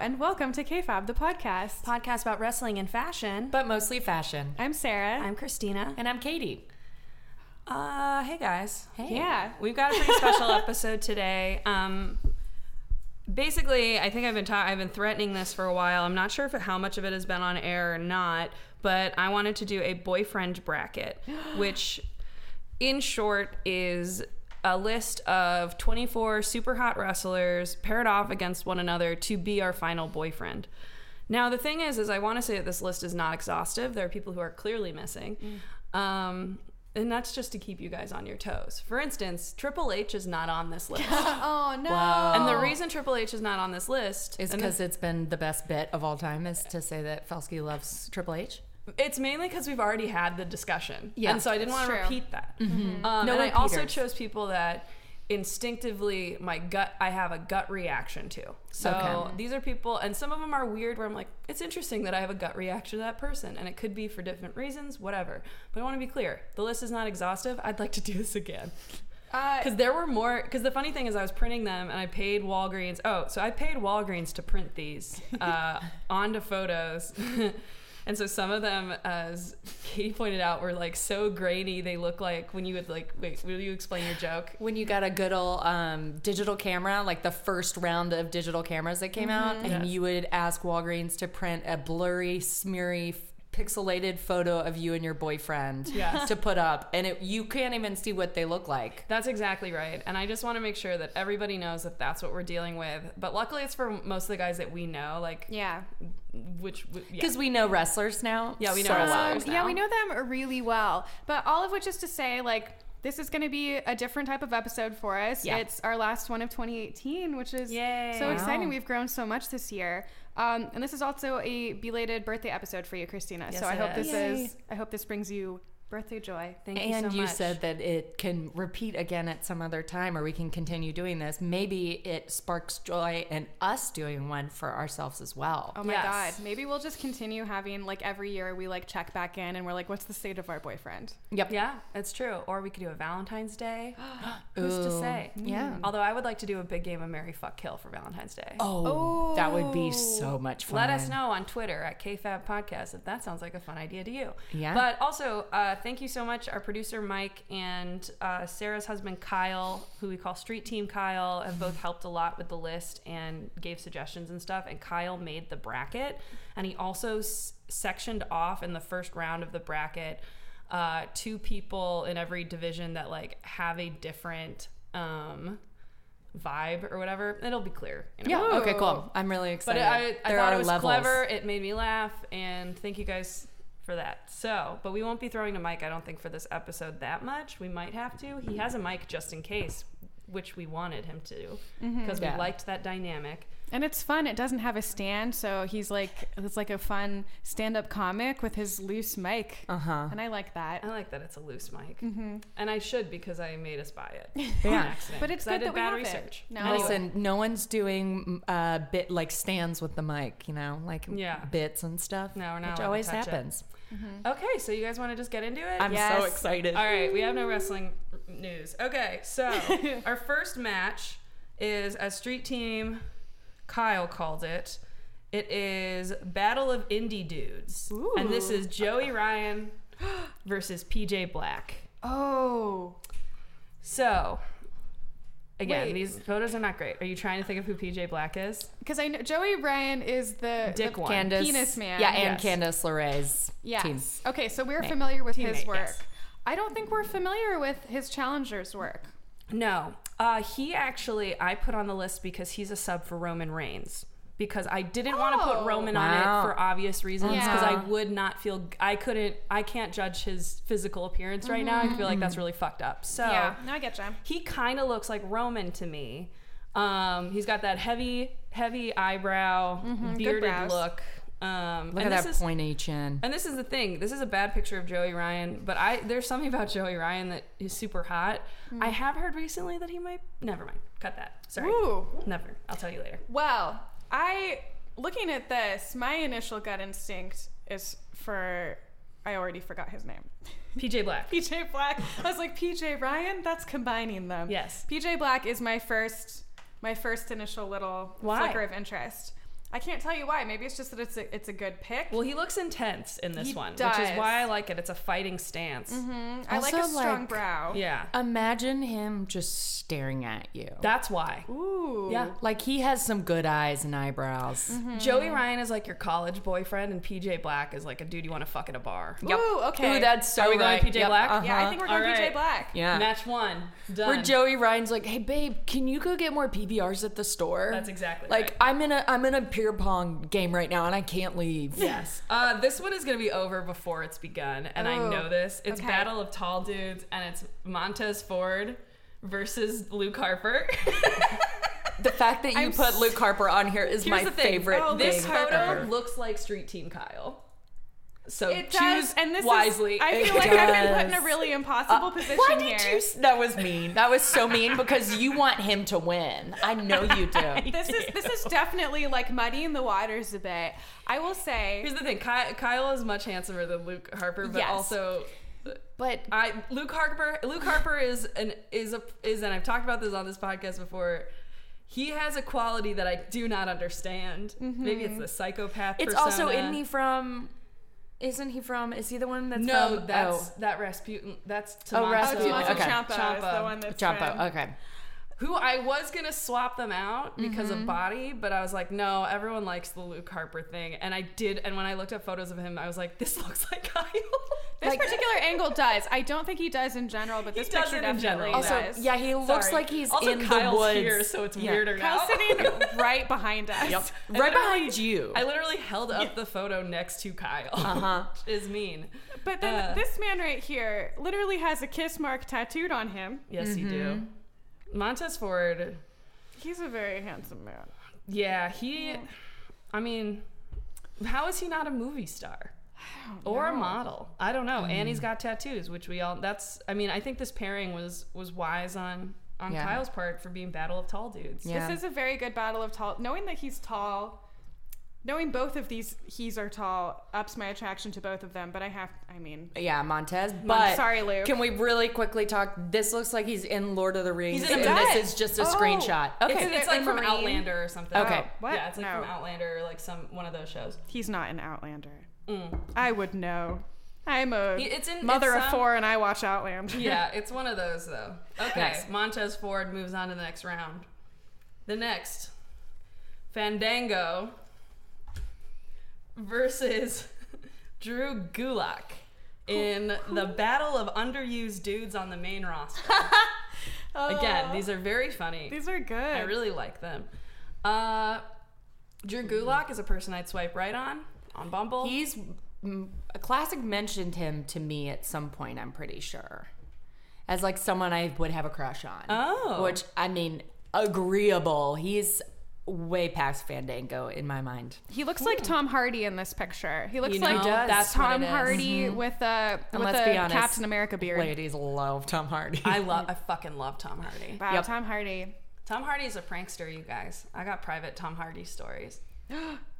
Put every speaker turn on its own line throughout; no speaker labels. and welcome to KFAB, the podcast.
podcast about wrestling and fashion.
but mostly fashion.
I'm Sarah.
I'm Christina.
And I'm Katie.
Uh, hey guys.
Hey.
yeah.
We've got a pretty special episode today. Um, basically, I think I've been ta- I've been threatening this for a while. I'm not sure if how much of it has been on air or not, but I wanted to do a boyfriend bracket, which, in short, is a list of 24 super hot wrestlers paired off against one another to be our final boyfriend. Now, the thing is, is I want to say that this list is not exhaustive. There are people who are clearly missing. Um, and that's just to keep you guys on your toes. For instance, Triple H is not on this list.
Oh no.
Wow.
And the reason Triple H is not on this list
It's
and
because it's been the best bit of all time is to say that Felsky loves Triple H.
it's mainly because we've already had the discussion.
Yeah. Mm-hmm.
and so I didn't want to
True.
repeat that. Um,
No
and I
one
also
peters.
chose people that instinctively my gut I have a gut reaction to. So
Okay.
these are people, and some of them are weird. Where I'm like, it's interesting that I have a gut reaction to that person, and it could be for different reasons, whatever. But I want to be clear: the list is not exhaustive. I'd like to do this again.
Uh,
Because there were more. Because the funny thing is, I was printing them, and I paid Walgreens. Oh, so I paid Walgreens to print these uh, onto photos, and so some of them, as Katie pointed out, were like so grainy. They look like when you would like. Wait, will you explain your joke?
When you got a good old um, digital camera, like the first round of digital cameras that came out, and
Yes.
you would ask Walgreens to print a blurry, smeary, f- pixelated photo of you and your boyfriend
Yes.
to put up, and it, you can't even see what they look like.
That's exactly right. And I just want to make sure that everybody knows that that's what we're dealing with. But luckily, it's for most of the guys that we know. Like,
yeah.
which yeah.
Because we know wrestlers now.
Yeah, we know
so
wrestlers.
well.
Um, yeah,
now.
we know them really well. But all of which is to say, like, this is going to be a different type of episode for us.
Yeah.
It's our last one of 2018, which is
Yay.
so
Wow.
exciting. We've grown so much this year. Um, and this is also a belated birthday episode for you, Christina.
Yes,
so I
it
hope
is.
this
Yay.
is I hope this brings you birthday joy.
Thank
and
you so
you
much.
said that it can repeat again at some other time, or we can continue doing this. Maybe it sparks joy in us doing one for ourselves as well.
Oh my
Yes.
god. Maybe we'll just continue having like every year we like check back in and we're like, what's the state of our boyfriend?
Yep.
Yeah, it's true. Or we could do a Valentine's Day. Who's to
Ooh,
say?
yeah.
Although I would like to do a big game of Mary Fuck Kill for Valentine's Day.
Oh, that would
Oh.
be so much fun.
Let us know on Twitter at KFAB Podcast if that sounds like a fun idea to you.
Yeah.
But also, uh, thank you so much, our producer Mike and uh, Sarah's husband Kyle, who we call Street Team Kyle, have
Mm-hmm.
both helped a lot with the list and gave suggestions and stuff. And Kyle made the bracket, and he also s- sectioned off in the first round of the bracket uh, two people in every division that like have a different. Um, vibe or whatever it'll be clear in a
Yeah. Oh,
Ooh.
Okay. Cool. I'm really
but
excited.
it, I, I
there
thought
are
it was
levels.
clever. It made me laugh, and thank you guys for that. So, but we won't be throwing a mic, I don't think, for this episode that much. We might have to. He has a mic just in case, which we wanted him to, because
Yeah.
we liked that dynamic.
And it's fun. It doesn't have a stand, so he's like it's like a fun stand-up comic with his loose mic,
Uh-huh.
Uh huh.
and I like that. Mm-hmm.
I like that it's a loose mic,
Mm.
and I should because I made us buy it. on
Yeah.
accident,
But it's
'cause I
good
did
that we
bad
have it.
research.
No.
Anyway,
Listen, no one's doing uh, bit like stands with the mic, you know, like
Yeah.
bits and stuff.
No, we're not allowed
Which
to
always
touch it.
happens.
Okay, so you guys want to just get into it?
I'm so
Yes.
excited.
All right, we have no wrestling news. Okay, so our first match is as Street Team Kyle called it. It is Battle of Indie Dudes, and this is Joey Ryan versus PJ Black.
Oh,
So. Again,
Wait.
these photos are not great. Are you trying to think of who PJ Black is?
because I know Joey Ryan is the
Dick
the-
one.
Candace,
Penis man.
Yeah, and
Yes.
Candace LeRae's
Yes.
team.
Okay, so we're
Mate.
familiar with his
Teammate,
work.
yes.
I don't think we're familiar with his challenger's work.
No. Uh, he actually, I put on the list because he's a sub for Roman Reigns. Because I didn't want to
Oh.
put Roman
Wow.
on it for obvious reasons. Because
Yeah.
I would not feel, I couldn't, I can't judge his physical appearance right now. I feel like that's
Mm-hmm.
really fucked up. So
Yeah, Oh. no, I get you.
he kind of looks like Roman to me. Um, he's got that heavy, heavy eyebrow, bearded
Mm-hmm. brows.
look. Um,
Look
and
at
this
that
is-
pointy chin.
and this is the thing. This is a bad picture of Joey Ryan, but I there's something about Joey Ryan that is super hot. I have heard recently that he might. Never mind. Cut that. Sorry.
Ooh.
Never. I'll tell you later.
Well, I looking at this, my initial gut instinct is for I already forgot his name.
PJ Black.
PJ Black. I was like PJ Ryan. That's combining them.
Yes.
PJ Black is my first, my first initial little
Why?
flicker of interest. I can't tell you why. Maybe it's just that it's a it's a good pick.
Well, he looks intense in this
He
one, which is
does.
why I like it. It's a fighting stance.
Mhm. I like a
Also,
strong
like-
brow.
Yeah,
Imagine him just staring at you.
that's why.
Ooh.
Yeah.
like he has some good eyes and eyebrows.
Joey Ryan is like your college boyfriend, and PJ Black is like a dude you want to fuck at a bar.
Ooh. Okay.
Ooh, that's so
Are we going
right. Uh-huh.
PJ Black?
yeah. I think we're going
uh-huh. All right.
PJ Black.
Yeah.
Match one. Done.
Where Joey Ryan's like, "Hey babe, can you go get more PBRs at the store?"
That's exactly
like
right.
I'm in a I'm in a beer pong game right now and I can't leave.
Yes. Uh, this one is going to be over before it's begun, and I
Oh,
know this. It's
okay.
Battle of Tall Dudes, and it's Montez Ford versus Luke Harper.
The fact that you
I'm
put
s-
Luke Harper on here is
Here's
my
the thing.
favorite.
Oh,
this
thing
photo
ever.
looks like Street Team Kyle. So
It
choose
does, and this
wisely.
Is, I
It Uh,
feel like I've been
does.
put in a really impossible position
Uh, Why did
here.
you? s- That was mean. That was so mean because you want him to win. I know you do.
this is this is definitely like muddying the waters a bit. I will say
Here's the thing. Ky- Kyle is much handsomer than Luke Harper, but
Yes.
also
But
I Luke Harper Luke Harper is an is a is and I've talked about this on this podcast before. He has a quality that I do not understand. Maybe it's the psychopath.
Mm-hmm. it's
persona.
also in me from. Isn't he from? Is he the one that's
No,
from?
that's that Rasputin. That's
Oh,
Tommaso,
oh,
Rasputin,
Tommaso
Okay.
Ciampa, is the
Ciampa, Uh,
one
oh,
that's been-
Jumbo. Okay.
who I was gonna swap them out because
Mm-hmm.
of body, but I was like, no, everyone likes the Luke Harper thing, and I did. And when I looked up photos of him, I was like, this looks like Kyle.
This particular angle does. I don't think he does in general, but this
does
picture
it in
definitely
general.
does.
Also, yeah, he looks
Sorry.
like he's
also
in
Kyle's
the woods.
here, so it's
Yeah.
weirder now.
Kyle's sitting right behind us.
I
Right
literally-
behind you.
I literally held up the photo next to Kyle.
Uh-huh.
Which is mean.
But then
Uh.
this man right here literally has a kiss mark tattooed on him.
Yes, you do.
Mm-hmm.
Montez Ford,
He's a very handsome man.
yeah, he, I mean, how is he not a movie star? Or a model? I don't know. And he's got tattoos, which we all. That's. I mean, I think this pairing was was wise on on
Yeah.
Kyle's part for being battle of tall dudes.
Yeah.
This is a very good battle of tall. Knowing that he's tall, knowing both of these he's are tall ups my attraction to both of them. But I have, I mean,
yeah, Montez. But
sorry, Luke.
Can we really quickly talk? This looks like he's in Lord of the Rings.
He's in a
and
bed.
this is just a
Oh.
screenshot.
It's
Okay.
It's, it's
a
like from
marine.
Outlander or something.
Okay.
Oh, what?
Yeah, it's like
No.
from Outlander or like some one of those shows.
he's not an Outlander.
Mm.
I would know. I'm a
He- it's in-
mother
it's,
of
um,
four, and I watch Outlander.
Yeah, it's one of those though. Okay,
Nice.
Montez Ford moves on to the next round. The next, Fandango versus Drew Gulak in the battle of underused dudes on the main roster. Again, these are very funny.
Oh. These are good.
I really like them. Uh, Drew Gulak is a person I'd swipe right on on Bumble.
He's mm, a classic mentioned him to me at some point. I'm pretty sure, as like someone I would have a crush on.
Oh.
which I mean, agreeable. He's way past Fandango in my mind.
He looks like Tom Hardy in this picture. He looks
You know,
like
He does.
that's
that's what
Tom
it is.
Hardy with a
And
with
let's
a
be honest,
Captain America beard.
Ladies love Tom Hardy.
I love. I fucking love Tom Hardy.
Wow,
Yep.
Tom Hardy.
Tom Hardy is a prankster, you guys. I got private Tom Hardy stories.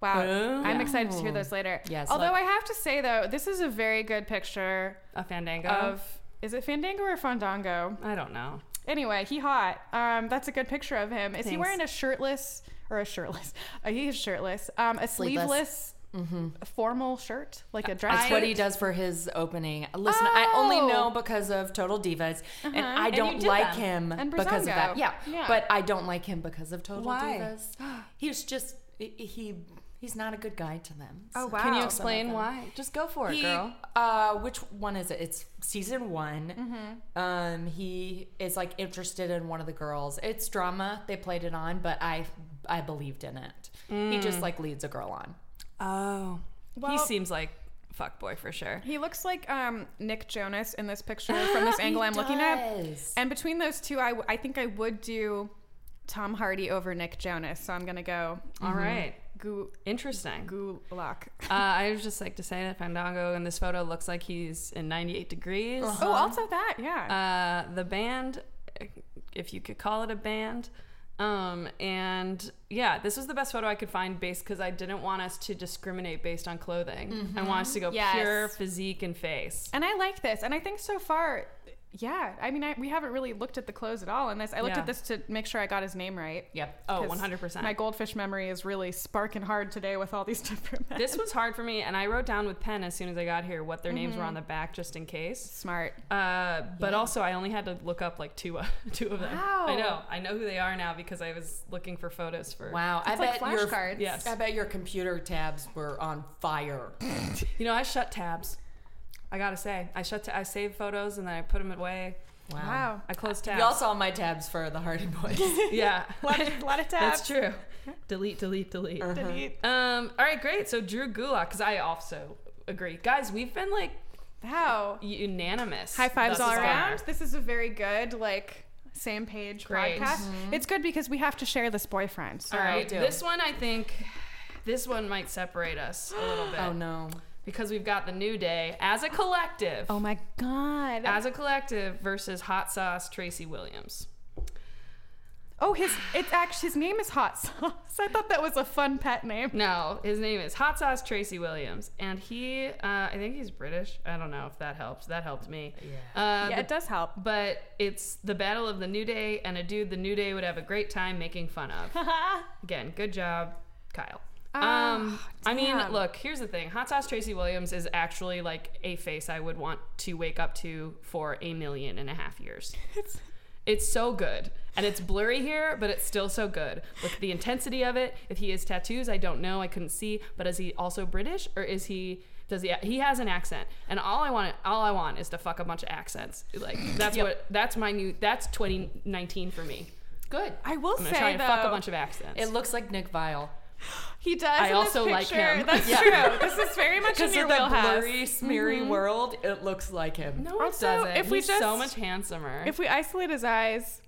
Wow,
Oh.
I'm excited to hear those later.
Yes,
Although
let-
I have to say though, this is a very good picture
A Fandango?
of is it Fandango or Fandango?
I don't know.
Anyway, he hot. Um, that's a good picture of him. Is he
Thanks.
wearing a shirtless or a shirtless? Uh, he is shirtless. Um, a sleeveless,
Sleeveless. Mm-hmm.
formal shirt, like a dress.
That's what he
shirt.
does for his opening. Listen, I only
Oh.
know because of Total Divas, and I
Uh-huh. you
don't
did
like
them.
him
And
because of that.
Brizongo.
Yeah.
Yeah.
but I don't like him because of Total
Why?
Divas. He was just he- he he's not a good guy to them.
Oh
so-
wow!
Can you
explain
explain why? Just go for it,
He,
girl.
uh, which one is it? It's season one.
Mm-hmm.
Um, he is like interested in one of the girls. It's drama. They played it on, but I I believed in it. He
Mm.
just like leads a girl on.
Oh.
Well-
he seems like fuckboy for sure.
He looks like um, Nick Jonas in this picture from this angle
He
I'm looking at.
does.
And between those two, I, w- I think I would do Tom Hardy over Nick Jonas. So I'm going to go
All right.
Gu-
Interesting.
Gulak.
Uh, I was just like to say that Fandango in this photo looks like he's in 98 degrees.
Oh, also that, yeah.
Uh-huh. Uh, the band, if you could call it a band. Um, and yeah, this was the best photo I could find based because I didn't want us to discriminate based on clothing. I want us to go
Yes.
pure physique and face.
and I like this. And I think so far, yeah, I mean, I, we haven't really looked at the clothes at all in this. I looked
Yeah.
at this to make sure I got his name right.
Yep.
Oh,
'cause
100%.
My goldfish memory is really sparking hard today with all these different men.
this was hard for me, and I wrote down with pen as soon as I got here what their names were on the back just in case.
Smart.
Uh, but
Yeah.
also, I only had to look up like two, two of them.
Wow.
I know, I know who they are now because I was looking for photos for.
Wow. I
It's like
bet your
flashcards.
Yes.
I bet your computer tabs were on fire.
You know, I shut tabs. I gotta say, I shut. I save photos and then I put them away.
Wow.
I close tabs.
Y'all saw my tabs for the Hardy Boys.
yeah,
A lot of, lot of tabs.
that's true. delete, delete, delete.
Uh-huh.
Delete.
Um. All right, great. So Drew Gulak, because I also agree, guys. We've been like
Wow.
unanimous.
High fives
thus
all
far.
around. This is a very good, like, same page
Great. Mm-hmm.
podcast. It's good because we have to share this boyfriend. So.
All right,
We do.
this one I think this one might separate us a little bit
oh no.
because we've got the New Day as a collective,
Oh my God.
as a collective versus Hot Sauce Tracy Williams.
oh, his it's actually his name is Hot Sauce. I thought that was a fun pet name.
No, his name is Hot Sauce Tracy Williams, and he, uh, I think he's British. I don't know if that helps. That helped me. Yeah.
yeah,
Uh, but-
it does help.
but it's the battle of the New Day and a dude the New Day would have a great time making fun of. Again, good job, Kyle. Um, I mean,
damn.
look, here's the thing. Hot Sauce Tracy Williams is actually like a face I would want to wake up to for a million and a half years. It's so good. And it's blurry here, but it's still so good. Look, the intensity of it. If he has tattoos, I don't know. I couldn't see. But is he also British or is he does he he has an accent. And all I want all I want is to fuck a bunch of accents. Like that's what that's my new that's 2019 for me.
Good.
I will
I'm going
say
to try and
though,
fuck a bunch of accents.
It looks like Nick Vile.
he does.
I
in
also
this
like
picture.
him.
That's
Yeah.
true. This is very much in
Because
your
of that
wheelhouse. Mm-hmm.
blurry, smeary world, it looks like him.
no, it
Also,
doesn't.
if we
He's
just-
so much handsomer.
If we isolate his eyes,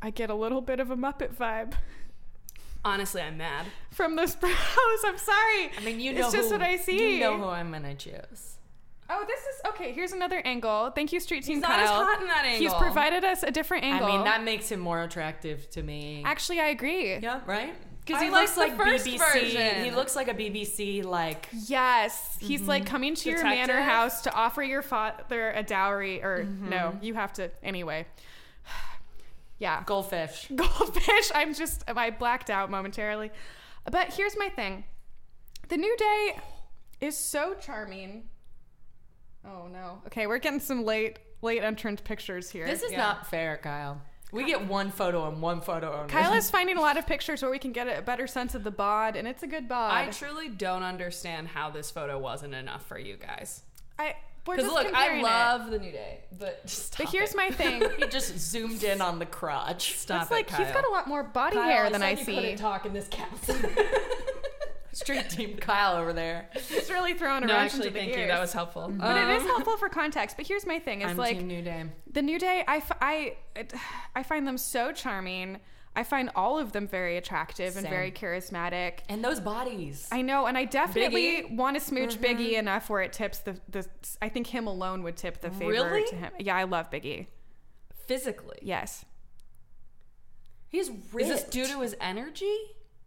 I get a little bit of a Muppet vibe
Honestly, I'm mad.
from those brows. I'm sorry.
I mean, you
It's
know.
just
who-
what I see.
You know who I'm gonna choose.
Oh, this is okay. Here's another angle. Thank you, Street Team
He's not
Kyle.
as hot in that angle.
He's provided us a different angle.
I mean, that makes him more attractive to me.
actually I agree.
yeah, right? Because
I
he
like
looks
the
like
first
BBC.
version.
He looks like a BBC like.
Yes, he's like coming to your manor
Mm-hmm. Detective?
house to offer your father a dowry, or
Mm-hmm.
no, you have to anyway. yeah,
Goldfish.
goldfish. I'm just I blacked out momentarily. But here's my thing. The new day is so charming. Oh no. Okay, we're getting some late late entrant pictures here.
This is
Yeah.
not fair, Kyle. We get one photo and one photo only.
Kyle is finding a lot of pictures where we can get a better sense of the bod, and it's a good bod.
I truly don't understand how this photo wasn't enough for you guys.
I we're
Because
just
look, I
comparing it.
love the new day, but stop
But here's
it.
my thing.
he just zoomed in on the crotch.
stop
it's like
it,
he's got a lot more body hair than I see.
talk in this council.
Street team Kyle over there.
He's really throwing a
no,
wrench
actually,
into the Mm-hmm.
thank
gears.
you. That was helpful.
but it is
Um,
helpful for context. But here's my thing: it's
I'm
like
Team New Day.
the new day. I, f- I, it- I find them so charming. I find all of them very attractive and
Same.
very charismatic.
And those bodies.
I know, and I definitely
Biggie? Mm-hmm.
want to smooch Biggie enough where it tips the, the. I think him alone would tip the favor
Really?
to him. Yeah, I love Biggie. Uh,
physically,
Yes.
He's
is
ripped.
this due to his energy?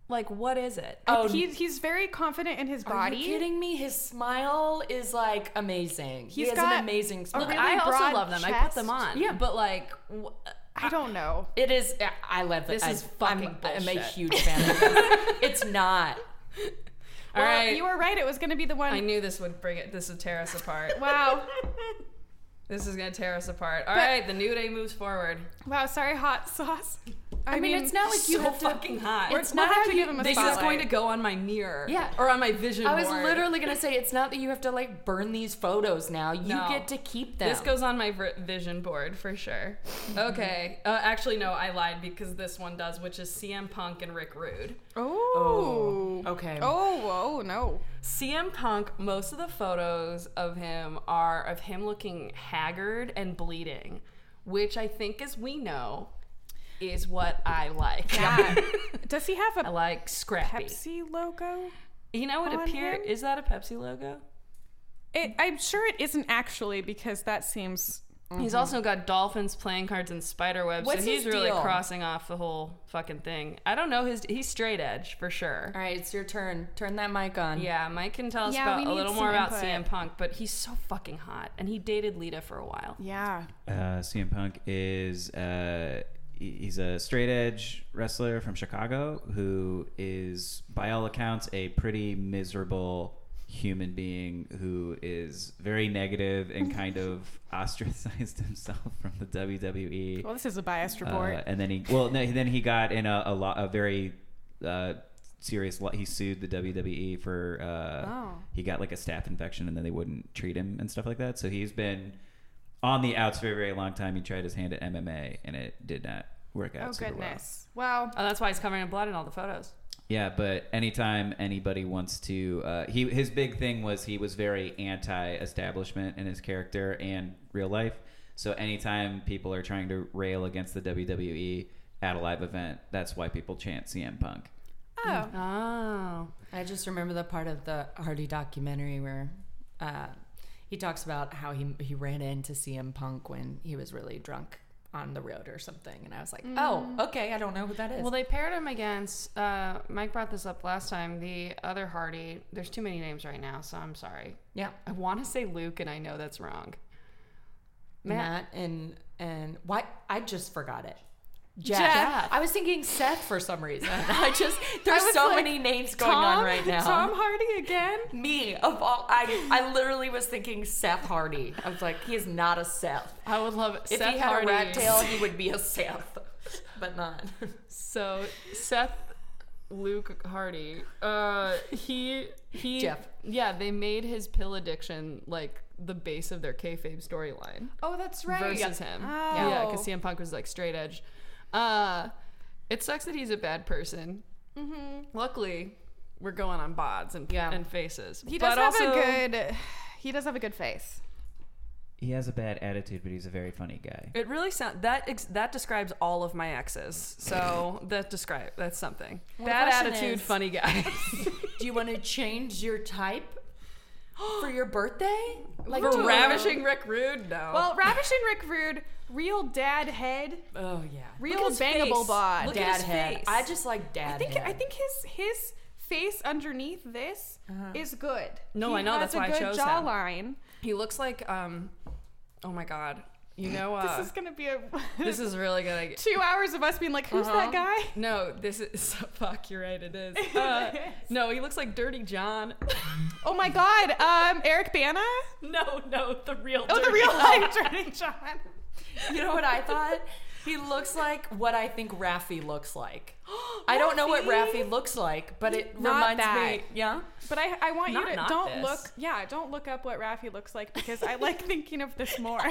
Like, what is it?
Oh,
he, he's very confident in his
Are
body.
you kidding me? His smile is like amazing. he
He's
has
got
an amazing smile.
really
I also
broad
love them. I put them
chest.
on. Yeah, but like, wh-
I don't know.
It is. I love
This
I,
is
I'm,
fucking
I'm a
bullshit.
huge fan of this. it's not.
all
well,
right.
you were right. It was going to be the one.
I knew this would bring it. This would tear us apart.
wow.
this is gonna tear us apart. All
But-
right, the new day moves forward.
Wow. Sorry, hot sauce. I,
mean, it's not like you
so
have to-
fucking hot.
It's not
how
have to
you-
give him a
This is
spotlight.
going to go on my mirror.
Yeah.
Or on my vision
I was
board.
literally gonna say it's not that you have to like burn these photos now. You
No.
get to keep them.
This goes on my v- vision board for sure. Okay. Uh, actually, no, I lied because this one does, which is CM Punk and Rick Rude.
Oh.
okay.
Oh, oh no.
CM Punk, most of the photos of him are of him looking haggard and bleeding, which I think, as we know, is what I like.
Yeah. Does he have
I
a
like scrappy.
Pepsi logo?
You know what
on
appear
him?
is that a Pepsi logo?
It, I'm sure it isn't actually because that seems
He's also got dolphins, playing cards, and spider webs,
What's
so he's
his
really
deal?
crossing off the whole fucking thing. I don't know his. He's straight edge for sure.
All right, it's your turn. Turn that mic on.
Yeah, Mike can tell us
Yeah, we
about a
need
little
some
more about
input.
CM Punk, but he's so fucking hot, and he dated Lita for a while.
Yeah.
Uh, CM Punk is uh, he- he's a straight edge wrestler from Chicago who is, by all accounts, a pretty miserable human being who is very negative and kind of ostracized himself from the E. WWE.
Well, this is a biased report.
Uh, and then he well no, then he got in a a, lo- a very uh, serious lo- he sued the WWE for uh,
Oh.
he got like a staph infection and then they wouldn't treat him and stuff like that so he's been on the outs for a very long time he tried his hand at MMA and it did not work out
oh
super well.
goodness. Wow.
Oh, that's why he's covered in blood in all the photos.
Yeah, but anytime anybody wants to, uh, he his big thing was he was very anti-establishment in his character and real life. So anytime people are trying to rail against the WWE at a live event, that's why people chant CM Punk.
Oh.
Oh,
I just remember the part of the Hardy documentary where uh, he talks about how he he ran into CM Punk when he was really drunk on the road or something, and I was like, oh, okay, I don't know who that is.
Mm-hmm. well, they paired him against. Uh, Mike brought this up last time. The other Hardy. There's too many names right now, so I'm sorry.
yeah,
I want to say Luke, and I know that's wrong.
Matt and and why I just forgot it. Jeff.
Jeff.
I was thinking Seth for some reason. I just there's
was
so
like,
many names going on right now.
Tom Hardy again.
Me of all, I I literally was thinking Seth Hardy. I was like, he is not a Seth.
I would love
If
Seth
he had
Hardy.
a rat tail, he would be a Seth, but not.
So Seth Luke Hardy, uh, he he
Jeff.
Yeah, they made his pill addiction like the base of their kayfabe storyline
Oh, that's right.
versus him.
Oh.
Yeah, because CM Punk was like straight edge. Uh, it sucks that he's a bad person. Mm-hmm. Luckily, we're going on bods and
Yeah.
and faces.
He does
but
have
also,
a good. He does have a good face.
He has a bad attitude, but he's a very funny guy.
It really sounds that ex- that describes all of my exes. So that describe that's something.
the
Bad
question
attitude,
is-
funny guy.
Do you want to change your type for your birthday? Like
For
do a-
ravishing Rick Rude? No.
Well, Ravishing Rick Rude, real dad head,
Oh yeah.
real
Look at his
bangable
face.
bod.
Look at
dad
his
head.
face.
I just like dad
I think
head.
I think his his face underneath this is good.
Uh-huh. No,
He
I know,
has
that's why I
a good
chose him.
jawline.
he looks like um, oh my god, you know uh,
This is gonna be a
this is Uh-huh. really good. Like,
two hours of us being like, who's that guy?
no, this is fuck. You're right. It is. Uh, no, he looks like Dirty John.
Oh my God, um, Eric Bana.
no, no, the real.
Oh, the
Dirty
real
John.
life Dirty John.
You know what I thought? He looks like what I think Raffy looks like. I don't know what
Raffi?
Raffy looks like, but it
Not
reminds me.
that.
Yeah.
But I, I want
Not-
you to
not
don't
this.
look. Yeah, don't look up what Rafi looks like because I like thinking of this more.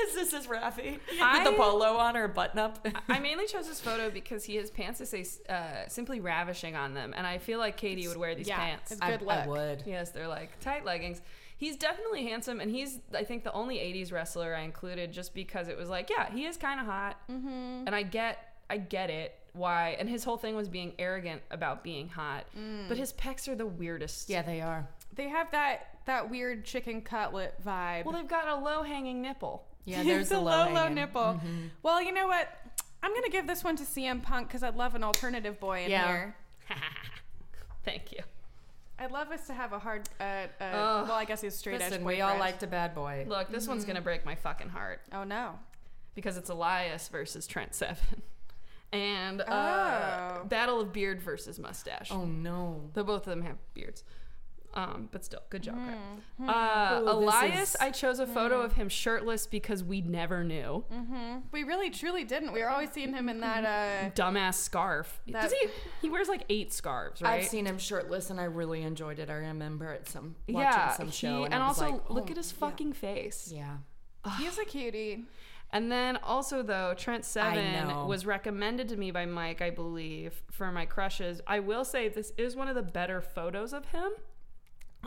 Is this is Raffy
I-
with the polo on or button up?
I mainly chose this photo because he has pants that say uh, "simply ravishing" on them, and I feel like Katie would wear these
yeah,
pants.
it's good
I,
luck.
I would.
Yes, they're like tight leggings. He's definitely handsome, and he's I think the only '80s wrestler I included just because it was like, yeah, he is kind of hot, mm-hmm. and I get, I get it why. And his whole thing was being arrogant about being hot, but his pecs are the weirdest.
Yeah, they are.
They have that that weird chicken cutlet vibe.
Well, they've got a low hanging nipple.
Yeah,
It's
there's
a
the
low, low
hanging.
nipple. Well, you know what? I'm gonna give this one to CM Punk because I'd love an alternative boy in
Yeah.
here.
Thank you.
I'd love us to have a hard. Uh, uh,
Ugh.
well, I guess he's straight edge.
Listen, we all
boyfriend.
liked a bad boy.
Look, this one's gonna break my fucking heart
Oh no.
because it's Elias versus Trent Seven, and uh,
Oh.
battle of beard versus mustache.
Oh no.
Though both of them have beards. Um, but still, good job. Greg. Uh,
Hmm. Ooh, this
Elias,
is-
I chose a photo of him shirtless because we never knew.
Mm-hmm.
We really truly didn't. We were always seeing him in that. Uh,
Dumbass scarf.
That-
Does he? He wears like eight scarves, right?
I've seen him shirtless and I really enjoyed it. I remember it some watching
yeah,
some
he-
show
and,
I was
also
like,
look
oh,
at his
yeah.
fucking face.
Yeah.
he's a cutie.
And then also though, Trent
know.
Seven was recommended to me by Mike, I believe, for my crushes. I will say this is one of the better photos of him.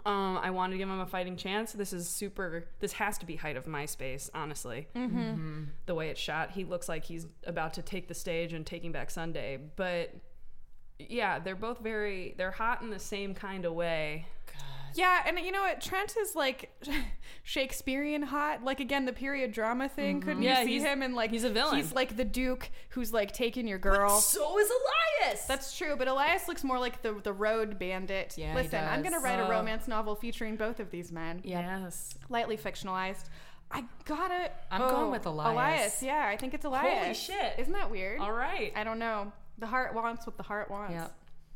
Um, I wanted to give him a fighting chance. This is super. This has to be height of MySpace, honestly. Mm-hmm. The way it's shot, he looks like he's about to take the stage and Taking Back Sunday. But yeah, they're both very. They're hot in the same kind of way.
God.
Yeah, and you know what? Trent is like Shakespearean hot. Like again, the period drama thing. Couldn't
Yeah,
you see
he's-
him? And like
he's a villain.
He's like the Duke who's like taking your girl.
So is Elias.
That's true, but Elias looks more like the the road bandit.
Yeah, he
Listen, I'm
does.
gonna write a
Oh.
romance novel featuring both of these men,
Yes.
lightly fictionalized. I gotta. Oh,
I'm going with Elias.
Elias, yeah, I think it's Elias.
shit.
Isn't that weird?
All right.
I don't know. The heart wants what the heart wants.
Yep.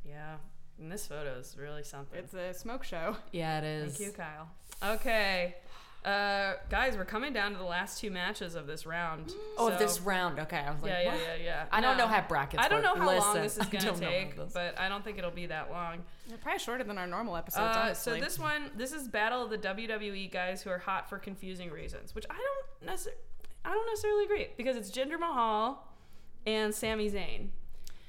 Yeah. And this photo is really something.
It's a smoke show.
Yeah, it is.
Thank you, Kyle. Okay. Uh, guys, we're coming down to the last two matches of this round.
Oh,
So-
this round. Okay, I was like,
Yeah, yeah,
what?
yeah, yeah.
I don't
No.
know how brackets.
I don't know
work.
how long
Listen,
this is
I
going
don't
to
know
take,
this.
but I don't think it'll be that long.
They're probably shorter than our normal episodes.
Uh, so
honestly.
this one, this is battle of the WWE guys who are hot for confusing reasons, which I don't necessarily, I don't necessarily agree because it's Jinder Mahal and Sami Zayn.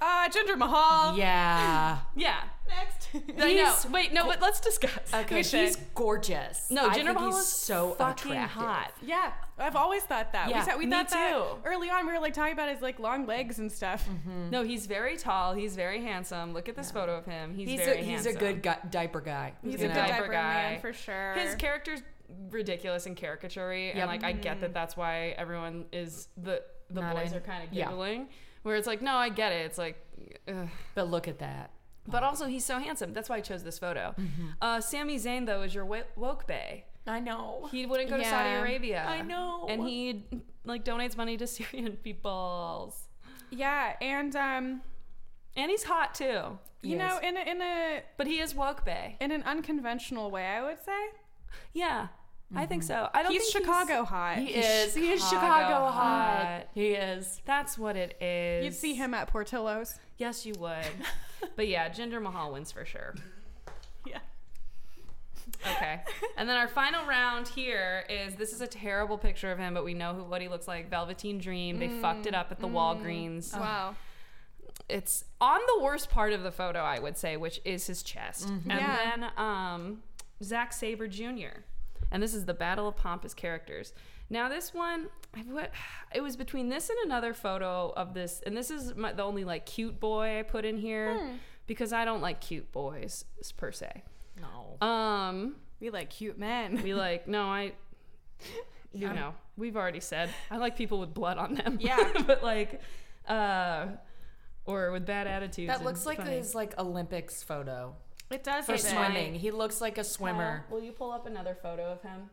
Uh, Jinder Mahal.
yeah.
Yeah,
Next.
I know.
He's-
Wait, no, but let's discuss.
Okay,
We should.
he's gorgeous.
No,
I
Jinder
think
Mahal
he's
is
so
fucking
attractive.
hot.
yeah, I've always thought that.
Yeah,
we, thought, we
me
thought that
too.
early on. We were like talking about his like long legs and stuff.
Mm-hmm.
No, he's very tall. He's very handsome. Look at this photo of him. He's,
He's,
very
a he's
handsome.
a good guy, diaper guy.
He's
you
a good
know?
diaper
diaper man
guy.
for sure.
His character's ridiculous and caricaturey, and
Yep. Mm-hmm.
like I get that that's why everyone is the the
Not
boys
in-
are kind of
yeah.
giggling. Where it's like, no, I get it. It's like. Ugh.
But look at that. Oh,
But also, he's so handsome. That's why I chose this photo.
Mm-hmm.
Uh, Sami Zayn, though, is your wo- woke bay.
I know.
He wouldn't go to
Yeah.
Saudi Arabia.
I know.
And he like donates money to Syrian peoples.
yeah, and um,
And he's hot too.
you know, in a, in a
But he is woke bay.
in an unconventional way, I would say
Yeah, I think
Mm-hmm.
so. I don't.
he's
think
Chicago hot.
he is. He is
Chicago
Chicago hot.
hot.
He is.
That's what it is.
You'd see him at Portillo's.
Yes, you would. but yeah, Jinder Mahal wins for sure.
Yeah.
Okay. And then our final round here is this is a terrible picture of him, but we know who, what he looks like. Velveteen Dream. They fucked it up at the Walgreens.
Mm-hmm. Wow.
It's on the worst part of the photo, I would say, which is his chest. And
Yeah.
then um, Zack Saber Jr. And this is the Battle of Pompous Characters. Now this one, I put, it was between this and another photo of this, and this is my, the only like cute boy I put in here because I don't like cute boys s- per se.
No.
Um,
We like cute men.
be like, no, I, you know, we've already said I like people with blood on them.
Yeah.
but like, uh, or with bad attitudes.
That
and
looks like
funny.
his like Olympics photo
It does.
for
look good.
swimming. He looks like a
Kyle,
swimmer.
will you pull up another photo of him?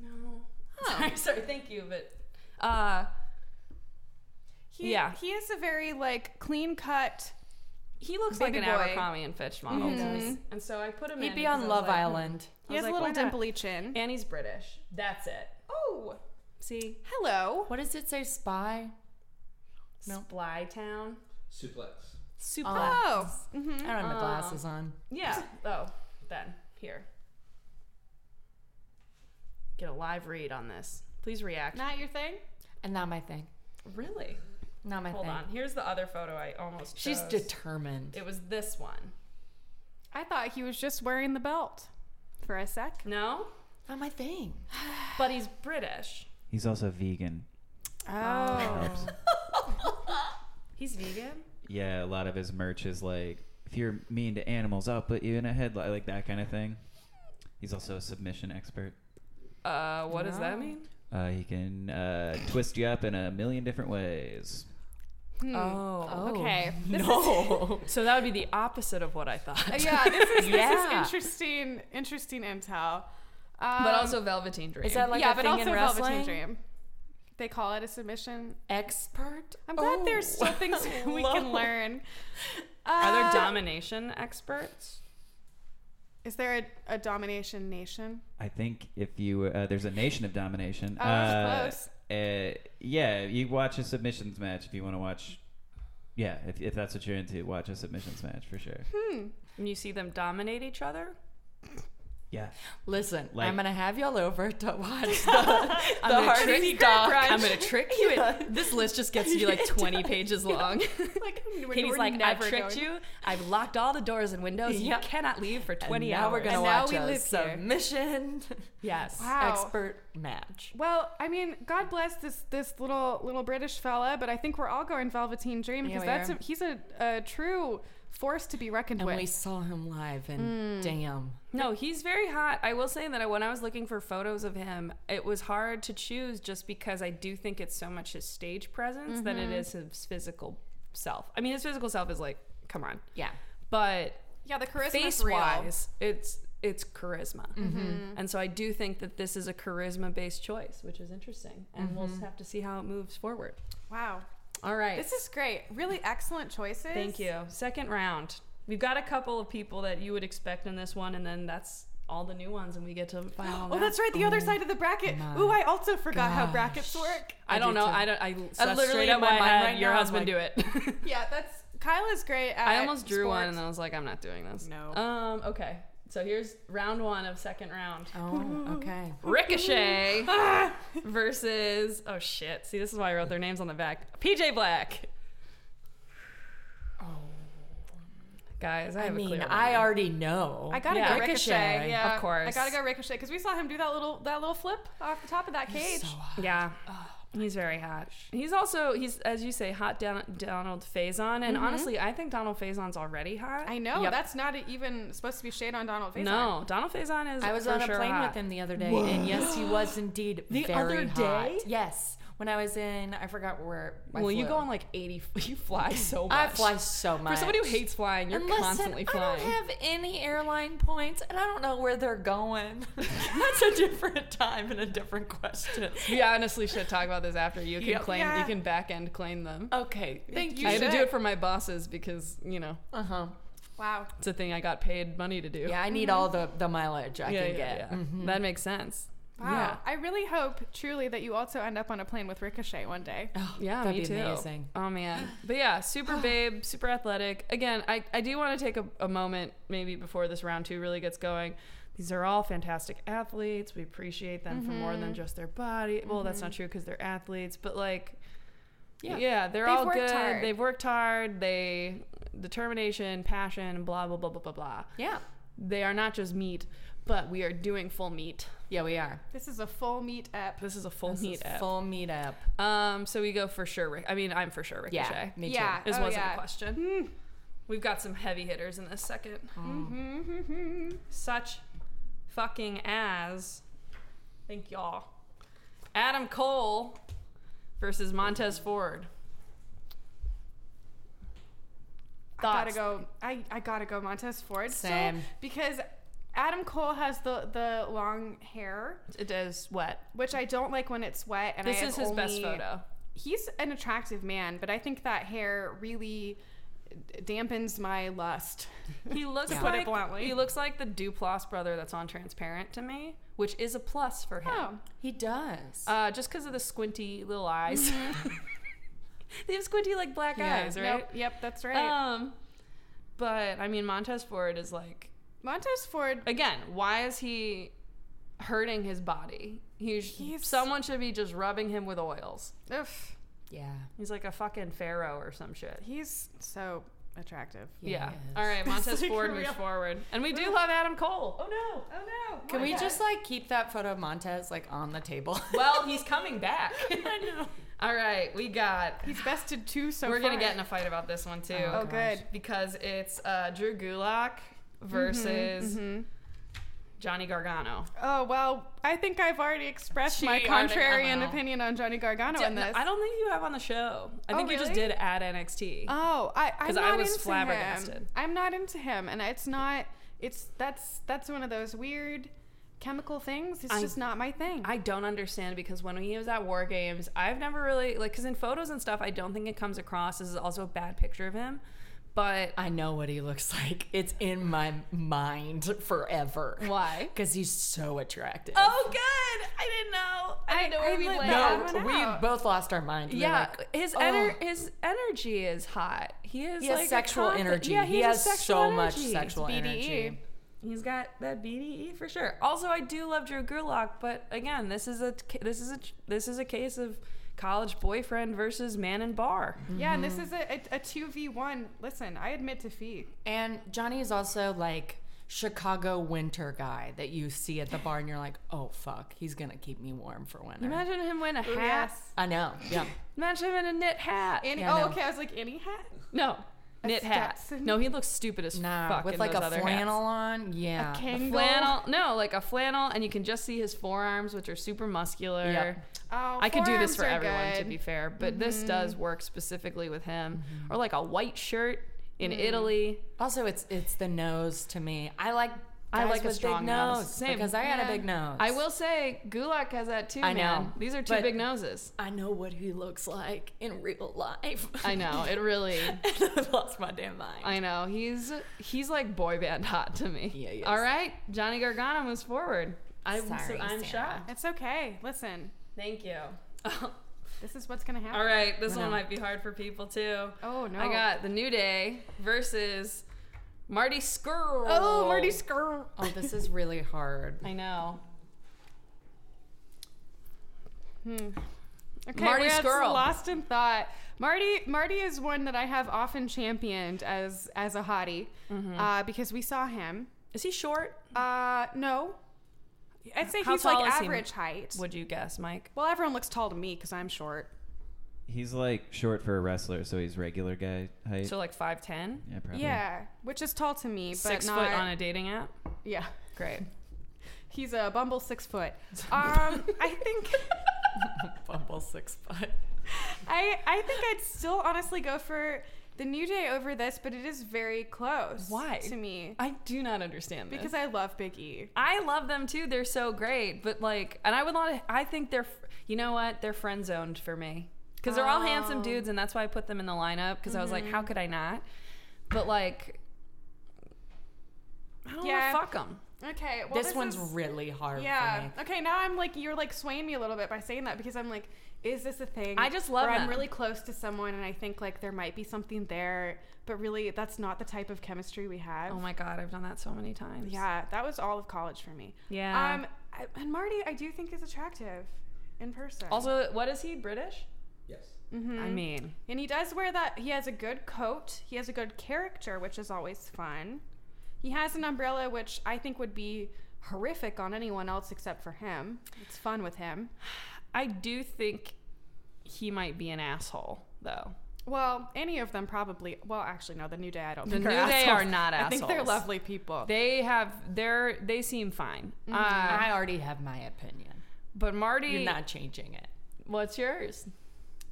No.
Oh.
Sorry, sorry. Thank you, but uh,
He,
Yeah.
He is a very like clean cut.
he looks
Baby
like
boy.
an Abercrombie and Fitch model. to me. And so I put him.
Mm-hmm. He'd
in
be
because I
on
was
Love
like,
Island.
I
He
was
has
like,
a little
why not?
dimply chin.
And he's British. That's it.
oh,
See,
hello.
What does it say? Spy. No.
Splytown.
Suplex.
Super.
Oh,
I don't have my
Uh.
glasses on.
Yeah. Oh, then here. Get a live read on this. Please react.
not your thing.
And Uh, not my thing.
really.
Not my
Hold
thing.
on. Here's the other photo I almost.
She's
chose.
determined.
It was this one.
I thought he was just wearing the belt for a sec.
No,
Not my thing.
but he's British.
He's also vegan.
Oh,
Helps.
He's vegan.
Yeah, a lot of his merch is like, if you're mean to animals, I'll put you in a headlight, like that kind of thing. He's also a submission expert.
Uh, what does that mean?
Uh, he can uh, twist you up in a million different ways.
Hmm.
Oh.
okay. This
No.
So that would be the opposite of what I thought.
is, Uh, yeah, this is,
Yeah.
this is interesting. Interesting intel. Um,
But also Velveteen Dream.
Is that like
yeah,
a
but
thing
also
in
Velveteen
wrestling?
Dream. They call it a submission.
Expert.
I'm glad
Oh.
there's still things we can
Love.
learn.
Are there
Uh,
domination experts?
Is there a, a domination nation?
I think if you uh, there's a nation of domination.
Oh, that
uh,
was
uh, yeah, you watch a submissions match if you want to watch. Yeah, if, if that's what you're into, watch a submissions match for sure.
Hmm.
And you see them dominate each other?
Yeah,
Listen,
Like-
I'm gonna have y'all over to watch the,
I'm
the
gonna trick
hardest
you,
doc.
Grudge.
I'm gonna trick you. in-
This list just gets to be like 20 pages long.
Like,
Katie's like, I've tricked you. I've locked all the doors and windows.
Yeah.
You cannot leave for 20
and now
hours.
we're gonna
And now
watch
we
a
live here.
submission
yes.
Wow.
expert match.
Well, I mean, God bless this this little little British fella, but I think we're all going Velveteen Dream
Yeah,
because
we
that's
are.
a, he's a, a true force to be reckoned
And
with.
we saw him live, and damn.
No, he's very hot. I will say that when I was looking for photos of him, it was hard to choose just because I do think it's so much his stage presence than
Mm-hmm.
it is his physical self. I mean, his physical self is like, come on.
Yeah.
But
yeah, the charisma
face wise, it's it's charisma.
Mm-hmm.
Hmm. Mm-hmm.
And so I do think that this is a charisma based choice, which is interesting. And
Mm-hmm.
we'll just have to see how it moves forward.
Wow,
All right.
this is great. Really excellent choices.
Thank you. Second round. We've got a couple of people that you would expect in this one, and then that's all the new ones, and we get to final.
Oh, that's right. The other side of the bracket.
my
Ooh, I also forgot how
gosh.
brackets work.
I, don't
do
know.
too.
I don't. I, that's
literally
straight
in
up
my
my
mind
head.
right
Your
now, I'm
husband do it.
Yeah, that's Kyla's great. At
I almost drew one,
sports.
and then I was like, I'm not doing this.
No.
Um. Okay. So here's round one of second round.
Oh, okay.
Ricochet versus oh shit. See, this is why I wrote their names on the back. PJ Black. Guys, I
Oh. I
have a
mean,
clear
I
winner.
already know.
I gotta
Yeah.
go ricochet.
Ricochet,
Yeah,
of course.
I gotta go ricochet because we saw him do that little that little flip off the top of that cage.
So hot.
Yeah.
Oh,
He's very hot. He's also he's as you say hot Don- Donald Faison,
Mm-hmm.
and honestly, I think Donald Faison's already hot.
I know
Yep.
that's not even supposed to be shade on Donald Faison.
no Donald Faison is.
I was
for
on a
sure
plane
hot.
with him the other day, and yes, he was indeed
The
very
other
hot.
day?
Yes, when I was in, I forgot where. I
Well, you
flew.
go on like eighty. You fly so much.
I fly so much.
For somebody who hates flying, you're
And listen,
constantly flying.
I don't have any airline points, and I don't know where they're going. That's a different time and a different question.
we honestly should talk about this after. You can
Yep.
claim.
Yeah.
You can back end claim them.
Okay, thank
You
I had to do
should.
it for my bosses because you know
Uh huh.
Wow.
it's a thing I got paid money to do.
Yeah, I need all the the mileage I
Mm-hmm. yeah,
can
yeah,
get. Mm-hmm.
yeah. That makes sense.
Wow. I really hope truly that you also end up on a plane with Ricochet one day.
Yeah,
That'd
me
be
too.
amazing.
Oh man, but yeah, super babe, super athletic. Again, I, I do want to take a, a moment maybe before this round two really gets going. These are all fantastic athletes. We appreciate them for more
Mm-hmm.
than just their body. Well, that's not true because they're athletes, but like, yeah,
Yeah.
they're
They've
all
worked
good.
hard.
They've worked hard. They determination, passion, blah blah blah blah blah blah.
Yeah,
They are not just meat, but we are doing full meat.
yeah, we are.
This is a full meet up.
This is a full
This
meat
is
app.
Full meetup.
um, so we go for sure. Rick- I mean, I'm for sure
Yeah,
Ricochet.
me
Yeah.
This
Oh,
wasn't
yeah.
a question. We've got some heavy hitters in this second.
Mm-hmm.
Such fucking as. Thank y'all. Adam Cole versus Montez
I
Ford.
gotta
Thoughts?
go. I, I gotta go Montez Ford. still,
Same.
because Adam Cole has the the long hair,
It is wet.
which I don't like when it's wet. And I
This
have
is his best
only-
photo.
He's an attractive man, but I think that hair really dampens my lust.
He looks
To
like
put it bluntly.
he looks like the Duplass brother that's on Transparent to me, which is a plus for him.
Oh,
He does.
Uh, just because of the squinty little eyes. they have squinty like black
Yeah.
eyes, right?
Mm-hmm. nope, yep, that's right.
Um, but I mean, Montez Ford is like
Montez Ford
again. Why is he hurting his body? He's,
He's-
someone should be just rubbing him with oils.
Ugh,
yeah.
He's like a fucking pharaoh or some shit.
he's so attractive.
he
yeah.
is.
All right, Montez
like
Ford
real.
moves forward, and we do love Adam Cole. Oh no.
Oh no!
Can we just like keep that photo of Montez like on the table?
Well, he's coming back. I know. All right, we got.
He's bested two so
We're
far.
gonna get in a fight about this one too.
Oh,
gosh.
good.
because it's uh, Drew Gulak
Mm-hmm,
versus Johnny Gargano.
Oh well, I think I've already expressed
She
my
already-
contrarian
oh.
opinion on Johnny Gargano in
No,
this.
I don't think you have on the show. I
Oh,
think you just
really?
did at NXT.
Oh, I I'm
'Cause
not
I was
into him.
flabbergasted.
I'm not into him, and it's not. It's that's that's one of those weird chemical things. It's
I-
just not my thing.
I don't understand because when he was at War Games, I've never really like because in photos and stuff, I don't think it comes across. This is also a bad picture of him, but
I know what he looks like. It's in my mind forever.
why?
Because he's so attractive.
Oh, good! I didn't know. I didn't know where
I
we
like
landed.
that.
no,
I don't
we
know.
both lost our mind. We were
Yeah,
like,
his
oh.
ener- his energy is hot. He is
he has
like a
sexual
confi-
energy.
Yeah,
he,
has a
has
sexual
so much
energy.
sexual
BDE.
energy.
He's got that BDE E for sure. Also, I do love Drew Gerlach, but again, this is a this is a this is a case of college boyfriend versus man in bar.
Mm.
yeah, and
Mm-hmm.
this is a a- a two v one. Listen, I admit defeat.
And Johnny is also like Chicago winter guy that you see at the bar, and you're like, oh fuck, he's gonna keep me warm for winter.
Imagine him wearing a hat.
yes.
I know. Yeah.
Imagine him in a knit hat.
Any,
Yeah,
oh,
no.
okay. I was like, any hat.
no, knit hat.
Stetson?
No, he looks stupid as
Nah,
fuck
with
in
like
those
a
other
flannel
hats.
on. Yeah.
A Kangol?
Flannel, no, like a flannel, and you can just see his forearms, which are super muscular.
Yep.
Oh,
I could do
forearms
this for
are
everyone, to
good. Mm-hmm.
be fair, but this does work specifically with him.
Mm-hmm.
Or like a white shirt in
Mm.
Italy.
Also, it's it's the nose to me. I like
I
guys
like a
with
strong
big
nose.
nose
Same.
because I got
Yeah.
a big nose.
I will say, Gulak has that too.
I
man.
know,
These are two
but-
big noses.
I know what he looks like in real life.
I know. It really.
I lost my damn mind.
I know. He's he's like boy band hot to me.
Yeah, he is.
All right, Johnny Gargano moves forward. I'm
Sorry,
I'm
Sarah.
shocked.
It's okay. Listen,
Thank you.
this is what's gonna happen.
All right, this
I
one
know.
might be hard for people too.
Oh no.
I got the New Day versus Marty Skrull.
Oh, Marty Skrull.
Oh, this is really hard.
I know.
Okay,
Marty
we're at
Skrull.
Lost in thought. Marty Marty is one that I have often championed as as a hottie
Mm-hmm.
uh, because we saw him.
Is he short?
Uh, no, I'd say
How
he's like
tall is he?
average height.
Would you guess, Mike?
Well, everyone looks tall to me because I'm short.
He's like short for a wrestler, so he's regular guy height.
So like five ten?
yeah, probably.
Yeah, which is tall to me, but
Six
not.
foot on a dating app?
yeah,
Great.
he's a bumble six foot. Um, I think.
Bumble six foot.
I I think I'd still honestly go for the New Day over this, but it is very close.
Why?
to me?
I do not understand this.
Because I love Big E.
I love them too. They're so great. But like, and I would not. I think they're. You know what? They're friend zoned for me because they're all handsome dudes, and that's why I put them in the lineup. Because I was like, how could I not? But like, I don't
Yeah.
want to fuck them.
Okay, well,
This,
this,
one's
is-
really hard for
yeah.
me.
Okay, now I'm like you're like swaying me a little bit by saying that because I'm like, is this a thing?
I just love
where I'm
them.
really close to someone and I think like there might be something there, but really that's not the type of chemistry we have.
Oh my god, I've done that so many times.
Yeah, that was all of college for me.
Yeah.
Um, I, and Marty, I do think is attractive in person. Mm-hmm.
Also, what is he? British?
Yes.
I mean,
And he does wear that. He has a good coat. He has a good character, which is always fun. He has an umbrella, which I think would be horrific on anyone else except for him. It's fun with him.
I do think he might be an asshole though.
Well, any of them probably. Well, actually, no. The New Day, I don't
The
think are
New Day
assholes.
are not
I think they're
assholes.
lovely people.
They have their. They seem fine.
Mm-hmm.
Uh,
I already have my opinion.
but Marty,
You're not changing it.
what's yours?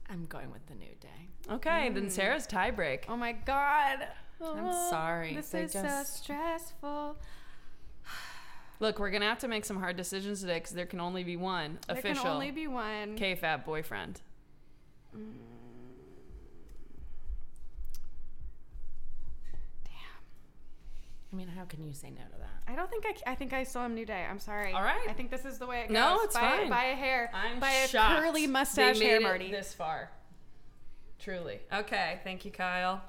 I'm going with the new day.
Okay,
Mm.
then Sarah's tiebreak.
oh my god.
I'm
Oh,
sorry.
This
They
is so
just-
stressful.
Look, we're gonna have to make some hard decisions today because there can only be one
There
official
can only be one.
KFAB boyfriend.
I mean, how can you say no to that?
I don't think I. c- I think I still am New Day. I'm sorry.
All right.
I think this is the way it goes.
No, it's
by,
fine.
By a hair.
I'm
by
shocked
a curly
they
mustache
made
hair,
it
Marty.
This far, truly. Okay, thank you, Kyle.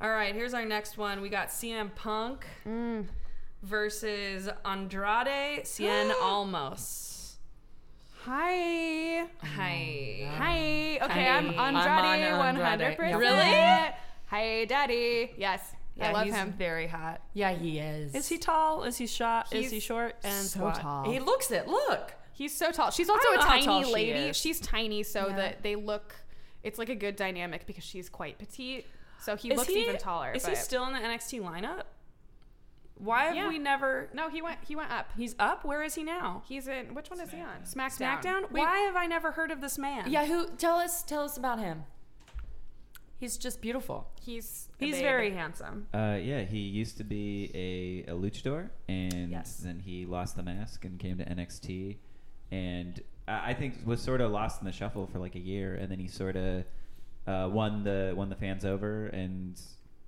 All right, here's our next one. We got CM Punk
Mm.
versus Andrade Cien Almos.
Hi. Mm.
Hi.
Uh-huh. Hi. Okay, I'm
Hi. I'm
Andrade.
on
One
Andrade.
hundred percent.
Really?
Hi, Daddy. Yes, I love
he's
him.
Very hot.
Yeah, he is.
Is he tall? Is he short? Is
He's
he short? And
so
squat?
tall? He looks it. Look.
He's so tall. She's also
don't
a
know how
tiny
tall she
lady.
is.
She's tiny, so
Yeah.
that they look. It's like a good dynamic because she's quite petite, so he
Is
looks
he-
even taller.
Is
but
he still in the NXT lineup? Why have
Yeah.
we never?
No, he went. He went up.
He's up. Where is he now?
He's in. Which one is he on? SmackDown.
SmackDown? Why have I never heard of this man?
Yeah. Who? Tell us. Tell us about him. He's just beautiful.
He's a
He's
babe.
very handsome.
Uh, yeah, he used to be a, a luchador, and
Yes.
then he lost the mask and came to NXT, and I I think was sort of lost in the shuffle for like a year, and then he sort of uh, won the won the fans over, and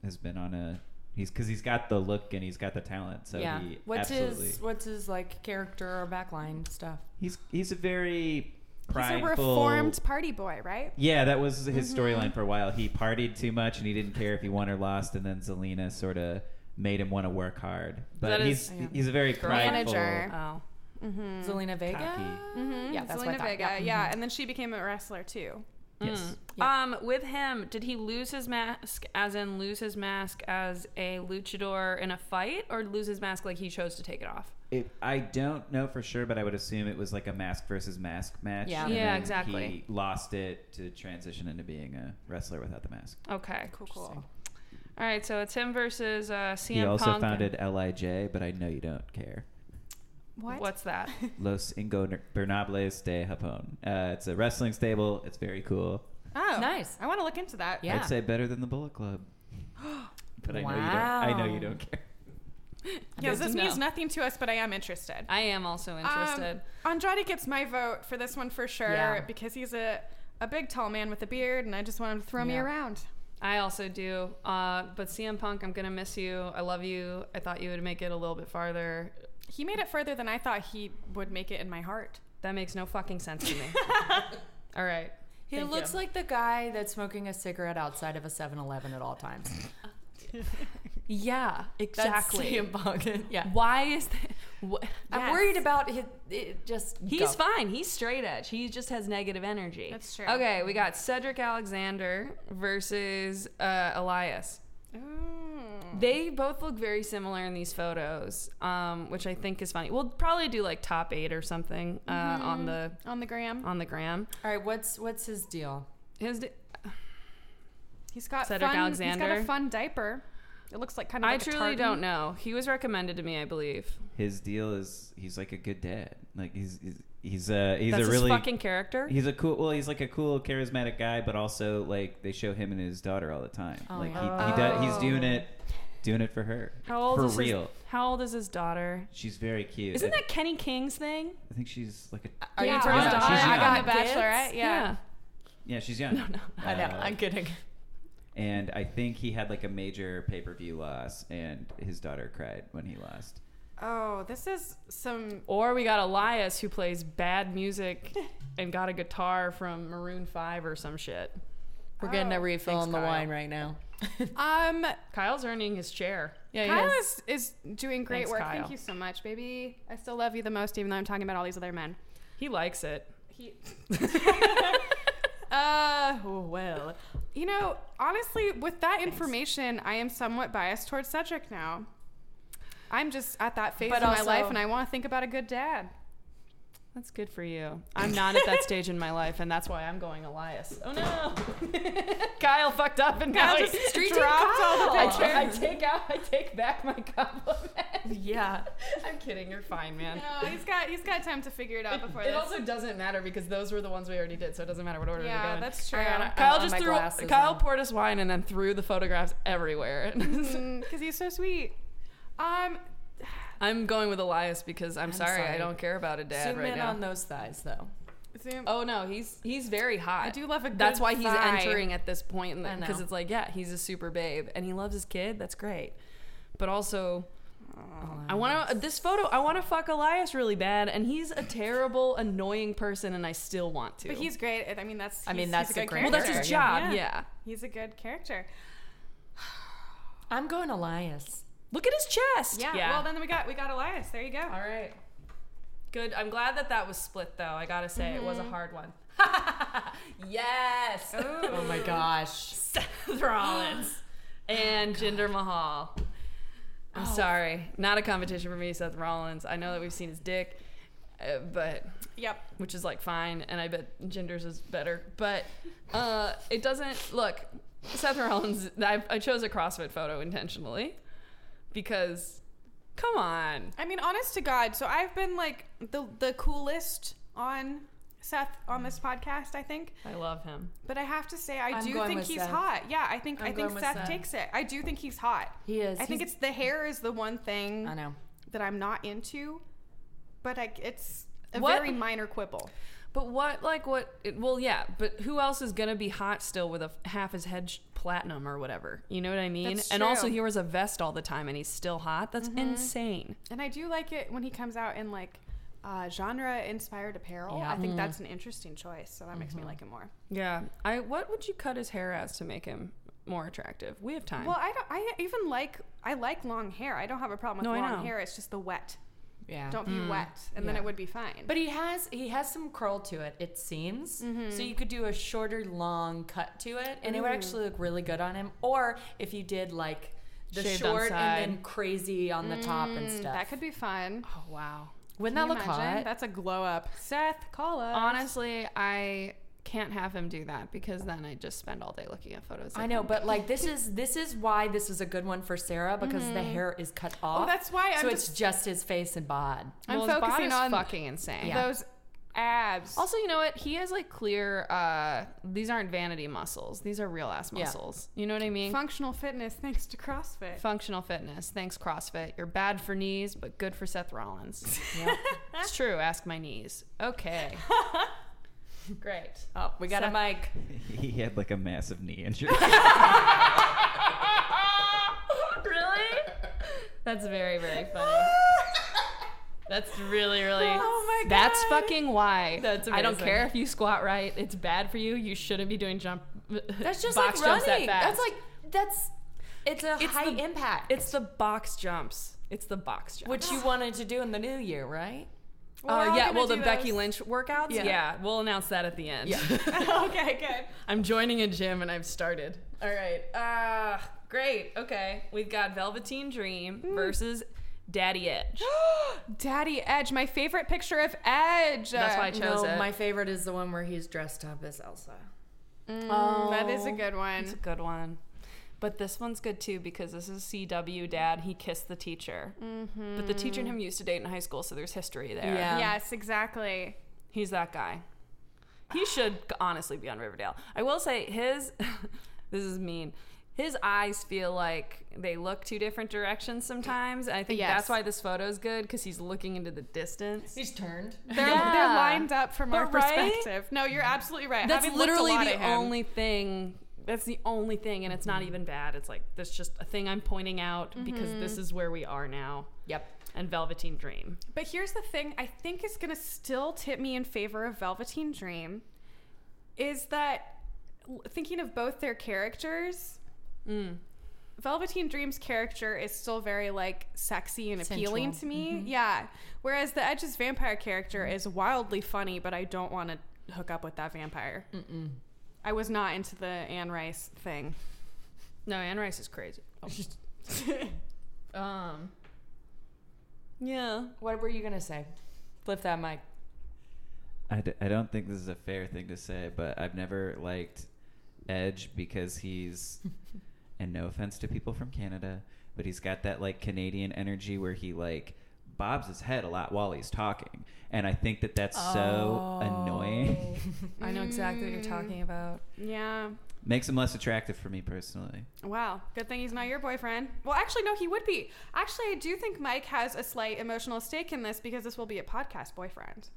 has been on a he's because he's got the look and he's got the talent, so
yeah.
he
What's
absolutely
his What's his like character or backline stuff?
he's he's a very
He's a
prideful
reformed party boy, right?
Yeah, that was his
Mm-hmm.
storyline for a while. He partied too much and he didn't care if he won or lost, and then Zelina sort of made him want to work hard. But
That
he's
is-
yeah.
he's a very prideful.
Manager.
Oh.
Zelina Vega.
Cocky.
Mm-hmm.
Mm-hmm. Yeah, that's what I
Selena
thought.
Vega.
Yeah.
Yeah. and then she became a wrestler too.
Yes.
Yeah.
Um, with him, did he lose his mask as in lose his mask as a luchador in a fight or lose his mask like he chose to take it off?
It, I don't know for sure, but I would assume it was like a mask versus mask match.
Yeah.
and
Yeah,
then
exactly.
He lost it to transition into being a wrestler without the mask.
Okay.
Cool, cool.
All right, so it's him versus uh, CM
He also
Punk.
founded LIJ, but I know you don't care.
What?
What's that?
Los Ingobernables de Japón. Uh, it's a wrestling stable. It's very cool.
Oh,
Nice.
I want to look into that.
Yeah.
I'd say better than the Bullet Club. But I know you don't. I know you
Wow.
don't care.
Yes,
Good
this
to
means
know.
nothing to us, but I am interested.
I am also interested.
Um, Andrade gets my vote for this one for sure
Yeah.
because he's a, a big tall man with a beard, and I just want him to throw me
Yeah.
around.
I also do. Uh, but CM Punk, I'm gonna miss you. I love you. I thought you would make it a little bit farther.
He made it further than I thought he would make it in my heart.
That makes no fucking sense to me. All right.
He
Thank
looks
you.
like the guy that's smoking a cigarette outside of a 7-Eleven at all times.
Yeah, exactly.
That's CM Punk. yeah.
Why is that? Wha-
I'm worried about it. it just
He's
go.
fine. He's straight edge. He just has negative energy.
That's true.
Okay, we got Cedric Alexander versus uh, Elias.
Mm.
They both look very similar in these photos, um, which I think is funny. We'll probably do like top eight or something uh,
Mm-hmm.
on the
On the gram,
on the gram.
All right, what's what's his deal?
His d-
he's got
Cedric
fun, He's got a
Alexander.
fun diaper. It looks like kind of.
I
like a
truly
tartan.
don't know. He was recommended to me, I believe.
His deal is he's like a good dad. Like he's he's he's a he's
That's
a
his
really
fucking character.
he's a cool well he's like a cool charismatic guy, but also like they show him and his daughter all the time.
Oh,
like
yeah.
he, he does, he's
Oh.
doing it doing it for her.
How old
for
is his-
real?
How old is his daughter?
She's very cute.
Isn't
I-
that Kenny King's thing?
I think she's like a
Are
yeah,
you
talking
I
about-
got-
She's
I got
young.
the Bachelorette. Yeah.
yeah she's young. No no
I
Oh.
know. I'm kidding.
and I think he had like a major pay per view loss, and his daughter cried when he lost.
Oh, this is some.
Or we got Elias who plays bad music and got a guitar from Maroon 5 or some shit.
We're getting
Oh.
a refill
Thanks,
on the
Kyle.
wine right now.
Um,
Kyle's earning his chair.
yeah, he
Kyle
is.
is, is doing great
Thanks,
work.
Kyle.
Thank you so much, baby. I still love you the most, even though I'm talking about all these other men.
He likes it.
He. uh, well. You know, honestly, with that information, I am somewhat biased towards Cedric now. I'm just at that phase
But
in my
also-
life, and I want to think about a good dad.
That's good for you. I'm not at that stage in my life, and that's why I'm going Elias. Oh no! Kyle fucked up and now
Kyle
he's
just
street
street team Kyle.
Oh.
I,
I
ta- I take out, I take back my compliment.
Yeah.
I'm kidding. You're fine, man.
No, he's got he's got time to figure it out before
It
this.
also doesn't matter because those were the ones we already did, so it doesn't matter what order we go.
yeah,
in.
that's true.
Ariana-
Kyle
Oh,
just
my
threw.
glasses
Kyle
on.
poured us wine and then threw the photographs everywhere.
Because he's so sweet. Um,
I'm going with Elias because I'm, sorry, I
sorry.
don't care about a dad
Zoom
right
in
now.
on those thighs, though.
Zoom.
oh no, he's he's very hot.
I do love a good
That's why he's
thigh.
entering at this point
I know.
because it's like yeah, he's a super babe and he loves his kid. That's great, but also. I want to this photo. I want to fuck Elias really bad, and he's a terrible, annoying person, and I still want to.
But he's great. and I mean, that's.
I mean,
he's-
that's
he's a
a
good
great
well, that's
character.
his
Yeah.
job. Yeah.
He's a good character.
I'm going Elias.
Look at his chest.
Yeah. Well, then we got we got Elias. There you go.
All right. Good. I'm glad that that was split, though. I gotta say, it was a hard one. yes.
Oh my gosh.
Seth Rollins and Jinder Mahal. I'm sorry, not a competition for me, Seth Rollins. I know that we've seen his dick, uh, but
Yep.
which is like fine, and I bet Jinder's is better, but uh, it doesn't look. Seth Rollins. I, I chose a CrossFit photo intentionally because, come on.
I mean, honest to God, so I've been like the the coolest on Seth on this podcast, I think.
I love him.
But I have to say, I
I'm
do
going
think
with
he's
Seth.
hot. Yeah, I think
I'm
i think
going with
Seth,
Seth.
takes it. I do think he's hot.
He is.
I think it's the hair is the one thing
I know.
that I'm not into, but I, it's a
What?
very minor quibble.
But what, like, what? It, well, yeah, but who else is gonna be hot still with a f- half his head sh- platinum or whatever? You know what I mean?
That's
And also,
true.
he wears a vest all the time, and he's still hot. That's insane.
And I do like it when he comes out in like uh, genre inspired apparel.
Yeah. Mm-hmm.
I think that's an interesting choice, so that makes me like it more.
Yeah. I. What would you cut his hair as to make him more attractive? We have time.
Well, I don't. I even like. I like long hair. I don't have a problem with
No, I know.
long hair. It's just the wet.
Yeah. Mm.
Don't be wet, and then
Yeah.
it would be fine.
But he has he has some curl to it. It seems
Mm-hmm.
so you could do a shorter, long cut to it, and it would actually look really good on him. Or if you did like the
Shaved on
short and then
side.
crazy on the top and stuff.
Mm, that could be fun.
oh wow.
Wouldn't
Can
that
you
look
imagine?
hot?
Uh,
That's a glow up. Seth, call us.
Honestly, I Can't have him do that because then I just spend all day looking at photos. of
I know,
him.
but like this is this is why this is a good one for Sarah because the hair is cut off.
Oh, that's why I'm
so it's just his face and bod.
I'm
Well, his bod
focusing
is
on
fucking insane.
Yeah.
those
Oh,
abs.
Also, you know what? He has like clear. uh These aren't vanity muscles. These are real ass
Yeah.
muscles. You know what I mean?
functional fitness thanks to CrossFit.
Functional fitness. Thanks CrossFit. You're bad for knees, but good for Seth Rollins.
Yeah.
it's true. Ask my knees. Okay. Great.
oh, we got a mic.
He had like a massive knee injury.
really? That's very very funny. That's really really.
Oh my
That's
God.
fucking why.
That's
I don't
amazing.
care if you squat right. It's bad for you. You shouldn't be doing jump.
That's just
box
like running.
jumps that fast.
That's like that's it's a
It's
high
the-
impact.
It's the box jumps. It's the box jumps.
which you wanted to do in the new year, right? Uh,
We're
Oh
all
yeah,
gonna
well the
do
Becky
those.
Lynch workouts.
Yeah.
Yeah. we'll announce that at the end.
okay, good.
I'm joining a gym and I've started. All right. Ah, great. Okay, we've got Velveteen Dream versus Daddy Edge.
Daddy Edge, my favorite picture of Edge.
That's why I chose it.
my favorite is the one where he's dressed up as Elsa.
Mm, that is a good
Oh. It's a
one.
good one. But this one's good too because this is CW dad. He kissed the teacher. Mm-hmm. But the teacher and him used to date in high school, so there's history there.
Yeah. Um,
yes, exactly.
He's that guy. He should honestly be on Riverdale. I will say his this is mean. His eyes feel like they look two different directions sometimes. I think
Yes.
that's why this photo is good because he's looking into the distance.
He's turned.
They're, they're
Yeah.
lined up from our
But right?
perspective. No, you're absolutely right.
That's
Having looked a
literally
lot
the
at him. Mm-hmm.
only thing. That's the only thing, and it's not even bad. It's like that's just a thing I'm pointing out because this is where we are now.
Yep.
And Velveteen Dream.
But here's the thing I think is going to still tip me in favor of Velveteen Dream is that l- thinking of both their characters, Velveteen Dream's character is still very like sexy and appealing
Sensual.
to me. Yeah. Whereas the Edge's vampire character is wildly funny, but I don't want to hook up with that vampire. I was not into the Anne Rice thing.
No, Anne Rice is crazy.
Oh.
um. Yeah.
What were you gonna say? Flip that mic.
I, d- I don't think this is a fair thing to say, but I've never liked Edge because he's, and no offense to people from Canada, but he's got that like Canadian energy where he like bobs his head a lot while he's talking. And I think that that's so
Oh.
annoying.
I know exactly what you're
Mm.
talking about.
Yeah.
Makes him less attractive for me personally.
Wow, good thing he's not your boyfriend. Well, actually, no, he would be. Actually, I do think Mike has a slight emotional stake in this because this will be a podcast boyfriend.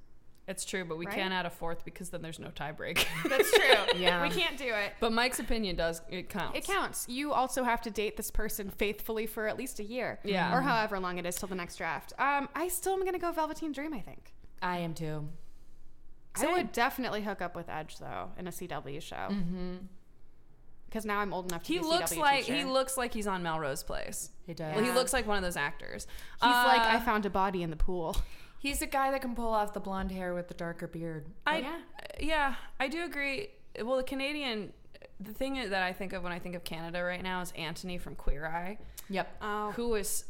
It's true, but we
Right?
can't add a fourth because then there's no tiebreak.
That's true.
Yeah.
We can't do it.
but Mike's opinion does it counts.
It counts. You also have to date this person faithfully for at least a year.
Yeah.
Or however long it is till the next draft. Um, I still am going to go Velveteen Dream, I think.
I am too.
I would definitely hook up with Edge, though, in a CW show. Mm-hmm. Because now I'm old enough to
Mm. He
be a
looks
CW
like he
teacher.
looks like he's on Melrose Place.
He does.
Well, he
Yeah.
looks like one of those actors.
He's like,
Uh,
I found a body in the pool.
He's a guy that can pull off the blonde hair with the darker beard.
I, yeah.
Yeah.
I do agree. Well, the Canadian, the thing that I think of when I think of Canada right now is Anthony from Queer Eye,
Yep.
Oh.
who is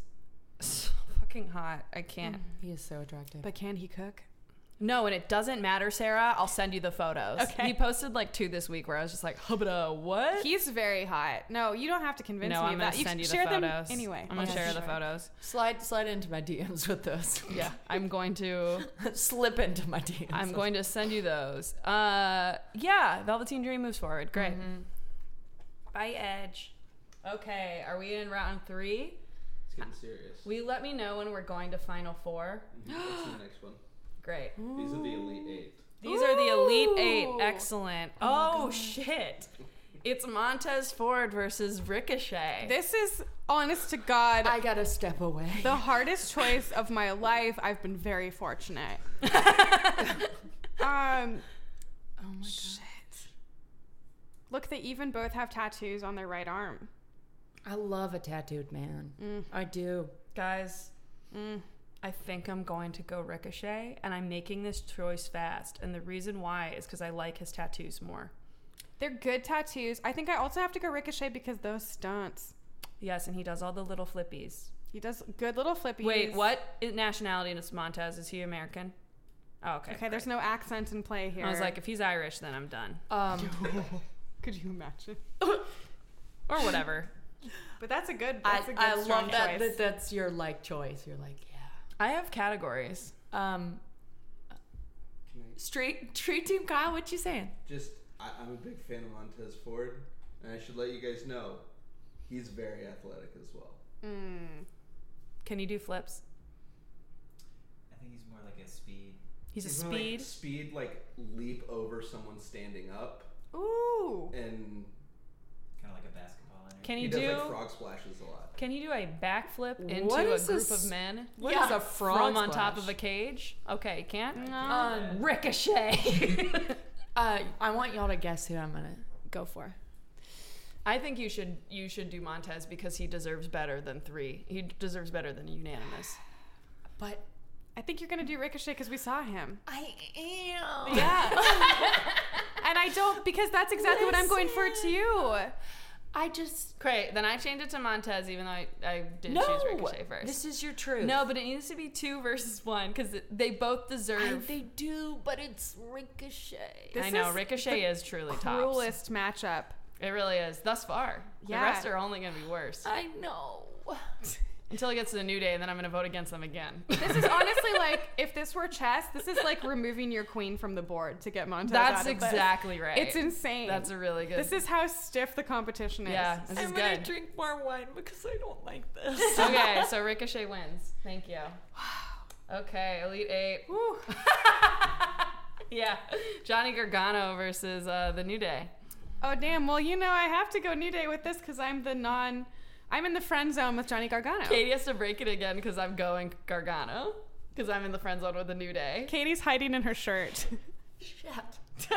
so fucking hot. I can't.
Mm.
He is so attractive.
But can he cook?
No, and it doesn't matter, Sarah. I'll send you the photos.
Okay.
He posted like two this week where I was just like, hubba, what?
He's very hot. No, you don't have to convince
no,
me
I'm
of
gonna
that.
send
you
you
sh-
the
share
photos.
them anyway.
I'm gonna
Yeah,
share the
sure.
photos.
slide slide into my DMs with those.
Yeah, I'm going to.
Slip into my DMs.
I'm going to send you those. Uh, yeah, Velveteen Dream moves forward. Great. Bye, Edge. Okay, are we in round three?
It's getting serious.
Will you let me know when we're going to Final Four?
What's the next one?
Great.
These are the elite eight.
These are the Elite Eight.
Ooh.
Excellent. Oh, shit. It's Montez Ford versus Ricochet.
This is honest to God
I gotta step away.
the hardest choice of my life. I've been very fortunate. um,
Oh my god.
look, they even both have tattoos on their right arm.
I love a tattooed man. I do.
Guys, Mm. I think I'm going to go Ricochet, and I'm making this choice fast. And the reason why is because I like his tattoos more.
They're good tattoos. I think I also have to go Ricochet because those stunts.
Yes, and he does all the little flippies.
He does good little flippies.
Wait, what i- nationality is Montez? Is he American? Oh, okay.
Okay, there's no accent in play here.
I was like, if he's Irish, then I'm done,
Um,
could you imagine?
or whatever.
But that's a good.
I,
That's a good
I
strong
love that,
choice.
that. That's your like choice. You're like, yeah.
I have categories.
Um,
Can I
street street team, Kyle. What you saying?
just? I, I'm a big fan of Montez Ford, and I should let you guys know, he's very athletic as well.
Mm.
Can you do flips?
I think he's more like a speed.
He's a
more like
speed.
speed like leap over someone standing up,
Ooh.
and
Kind of like a basketball energy.
Can
he,
you
does
do?
like frog splashes a lot.
Can you do a backflip into
What
a
is
group
this-
of men?
What is Yeah. a frog
From on top
splash?
of a cage? Okay, can't. No.
Um,
ricochet.
Uh, I want y'all to guess who I'm gonna go for.
I think you should you should do Montez because he deserves better than three. He deserves better than unanimous.
But
I think you're gonna do Ricochet because we saw him.
I am.
Yeah. and I don't because that's exactly what I'm going for
Listen.
too.
I just
Great. Then I changed it to Montez, even though I, I did
no.
choose Ricochet first.
This is your truth.
no, but it needs to be two versus one because they both
I,
deserve.
they do, but it's ricochet.
This
I know
is
Ricochet is truly tops.
Cruelest matchup.
It really is thus far.
Yeah. Uh,
The rest are only gonna be worse
I know.
until it gets to the new day, and then I'm gonna vote against them again.
This is honestly like if this were chess, this is like removing your queen from the board to get Montez. out
That's
of this.
exactly right.
It's insane.
That's a really good.
This is how stiff the competition is.
yeah. This is
I'm gonna
good.
drink more wine because I don't like this.
okay, so Ricochet wins. Thank you. Okay, Elite Eight.
Whew.
Yeah, Johnny Gargano versus uh, the New Day.
Oh damn. Well, you know I have to go New Day with this because I'm the non. I'm in the friend zone with Johnny Gargano.
Katie has to break it again because I'm going Gargano because I'm in the friend zone with the New Day.
Katie's hiding in her shirt.
Shit.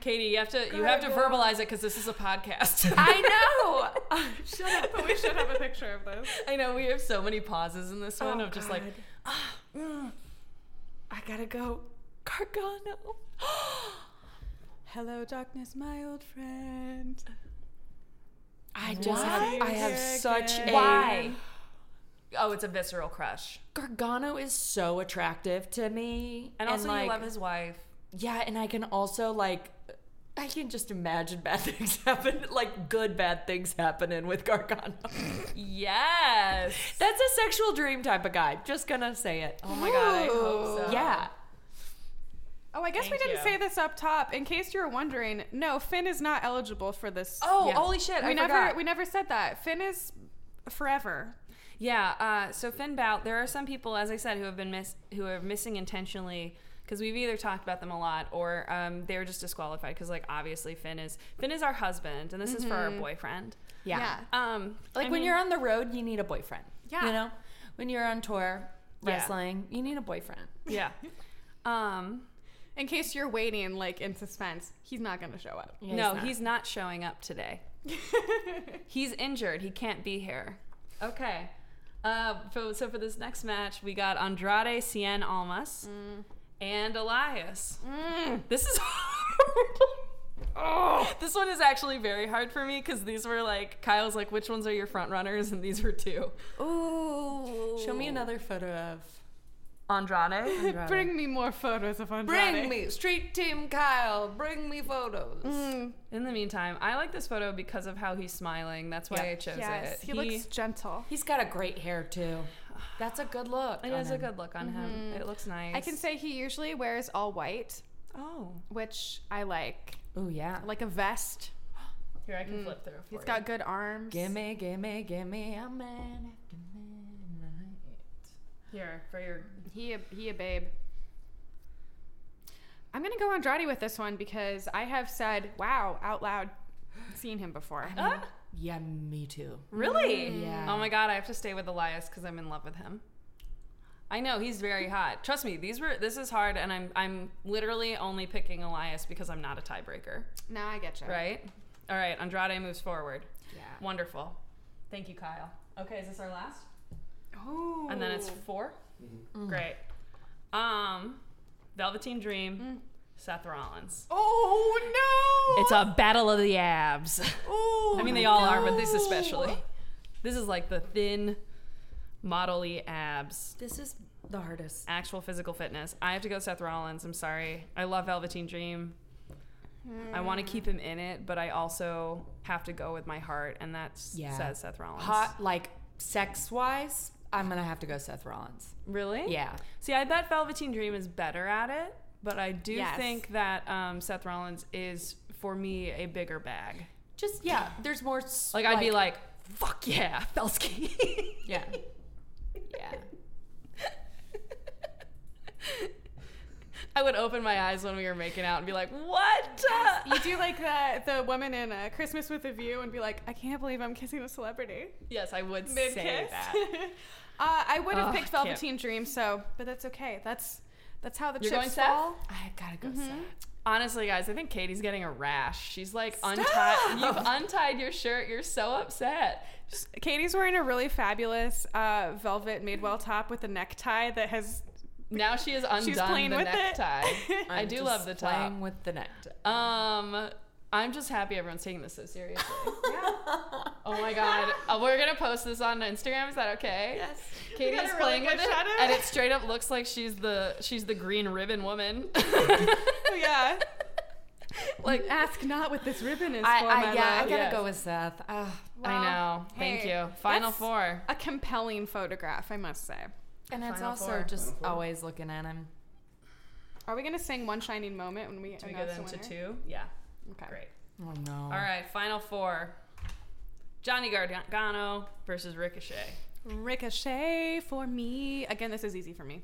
Katie, you have to you have to verbalize it because this is a podcast.
I know. Shut up.
but we should have a picture of this.
I know we have so many pauses in this one
Oh,
of just like
God. I gotta go. Gargano.
Hello, darkness, my old friend.
I
Why?
just have, I have
Again.
such a
why? Oh, it's a visceral crush.
Gargano is so attractive to me,
And also,
like,
you love his wife.
yeah, and I can also like. I can just imagine bad things happen, like good bad things happening with Gargano.
Yes.
That's a sexual dream type of guy. Just gonna say it.
Oh my god, I hope so.
Yeah.
Oh, I guess we
Thank
didn't
you.
say this up top. In case you were wondering, no, Finn is not eligible for this.
Oh,
Yeah.
holy shit!
we
I
never
forgot.
we never said that. Finn is forever.
Yeah. Uh, so Finn Balor, there are some people, as I said, who have been miss who are missing intentionally because we've either talked about them a lot or um, they were just disqualified because, like, obviously Finn is Finn is our husband and this is for our boyfriend.
Yeah.
Um,
Mm-hmm. Like
I
when
mean,
you're on the road, you need a boyfriend.
Yeah.
You know, when you're on tour
Yeah.
wrestling, you need a boyfriend.
yeah. Um,
In case you're waiting, like in suspense, he's not gonna show up.
no, he's not showing up today. he's injured. He can't be here. Okay. Uh, so, so for this next match, we got Andrade Cien Almas
Mm.
and Elias.
Mm.
This is horrible. This one is actually very hard for me because these were like Kyle's like, which ones are your front runners? And these were two.
Ooh.
Show me another photo of.
Andrade.
Bring me more photos of Andrade.
Bring me Street Team Kyle. Bring me photos.
Mm.
In the meantime, I like this photo because of how he's smiling. That's why
Yeah.
I chose
Yes,
it.
he, looks gentle.
He's got a great hair too. That's a good look.
It
on
is a
him.
good look on him. It looks nice.
Mm-hmm. I can say he usually wears all white,
Oh,
which I like,
Ooh yeah.
like a vest.
here I can flip through.
He's got good arms.
Gimme, gimme, gimme a man after midnight.
here for your.
He a, he a babe. I'm gonna go Andrade with this one because I have said wow out loud, seen him before.
Ah,
Yeah, me too.
really?
Yeah.
Oh my god, I have to stay with Elias because I'm in love with him. I know he's very hot. Trust me, these were this is hard, and I'm I'm literally only picking Elias because I'm not a tiebreaker,
Now I get you.
right? All right, Andrade moves forward.
Yeah.
Wonderful. Thank you, Kyle. Okay, is this our last?
Ooh.
And then it's Mm. 4 Great. Um, Velveteen Dream, Seth Rollins.
oh no!
It's a battle of the abs.
Ooh.
I mean, they all are, but this especially. This is like the thin, model abs.
This is the hardest.
actual physical fitness. I have to go Seth Rollins. I'm sorry. I love Velveteen Dream. I want to keep him in it, but I also have to go with my heart, and that
Yeah.
says Seth Rollins.
Hot, like sex wise, I'm gonna have to go Seth Rollins.
really?
Yeah,
See, I bet Velveteen Dream is better at it, but I do
Yes.
think that um, Seth Rollins is for me a bigger bag.
just yeah. There's more. s-
Like, I'd be like, fuck yeah, Felsky.
yeah, yeah.
I would open my eyes when we were making out and be like, what?
You do like the the woman in uh, Christmas with a View and be like, I can't believe I'm kissing a celebrity
yes, I would
mid
say
kiss.
that.
uh, I would have
Ugh,
picked
can't.
Velveteen Dream, so but that's okay. That's that's how the
You're going
chips
Seth?
fall.
I gotta go Seth.
Honestly, guys, I think Katie's getting a rash. She's like untied. You've untied your shirt. You're so upset.
Katie's wearing a really fabulous uh, velvet Madewell top with a necktie that has.
Now she is undone
She's playing
the
with it.
necktie. I
I'm
do
just
love the top.
playing with the necktie.
Um, I'm just happy everyone's taking this so seriously. Oh my god, Uh, we're gonna post this on Instagram. Is that okay? Yes. Katie's
got a really
playing
good
with it,
shot of
and
it.
it straight up looks like she's the she's the green ribbon woman.
Oh, Yeah.
like
Ask not what this ribbon is
I,
for,
I,
my
yeah, I
love.
gotta
Yes.
go with Seth. Ugh.
I know.
Wow.
Thank
Hey,
you. Final
that's-
four.
A compelling photograph, I must say.
and it's
Final
also
four.
just
Final four.
always looking at him.
Are we gonna sing one shining moment when we
Do we go
announce
then
the
to
winner?
two? Yeah.
Okay.
Great.
Oh no!
All right, final four. Johnny Gargano versus Ricochet.
Ricochet for me. Again, this is easy for me.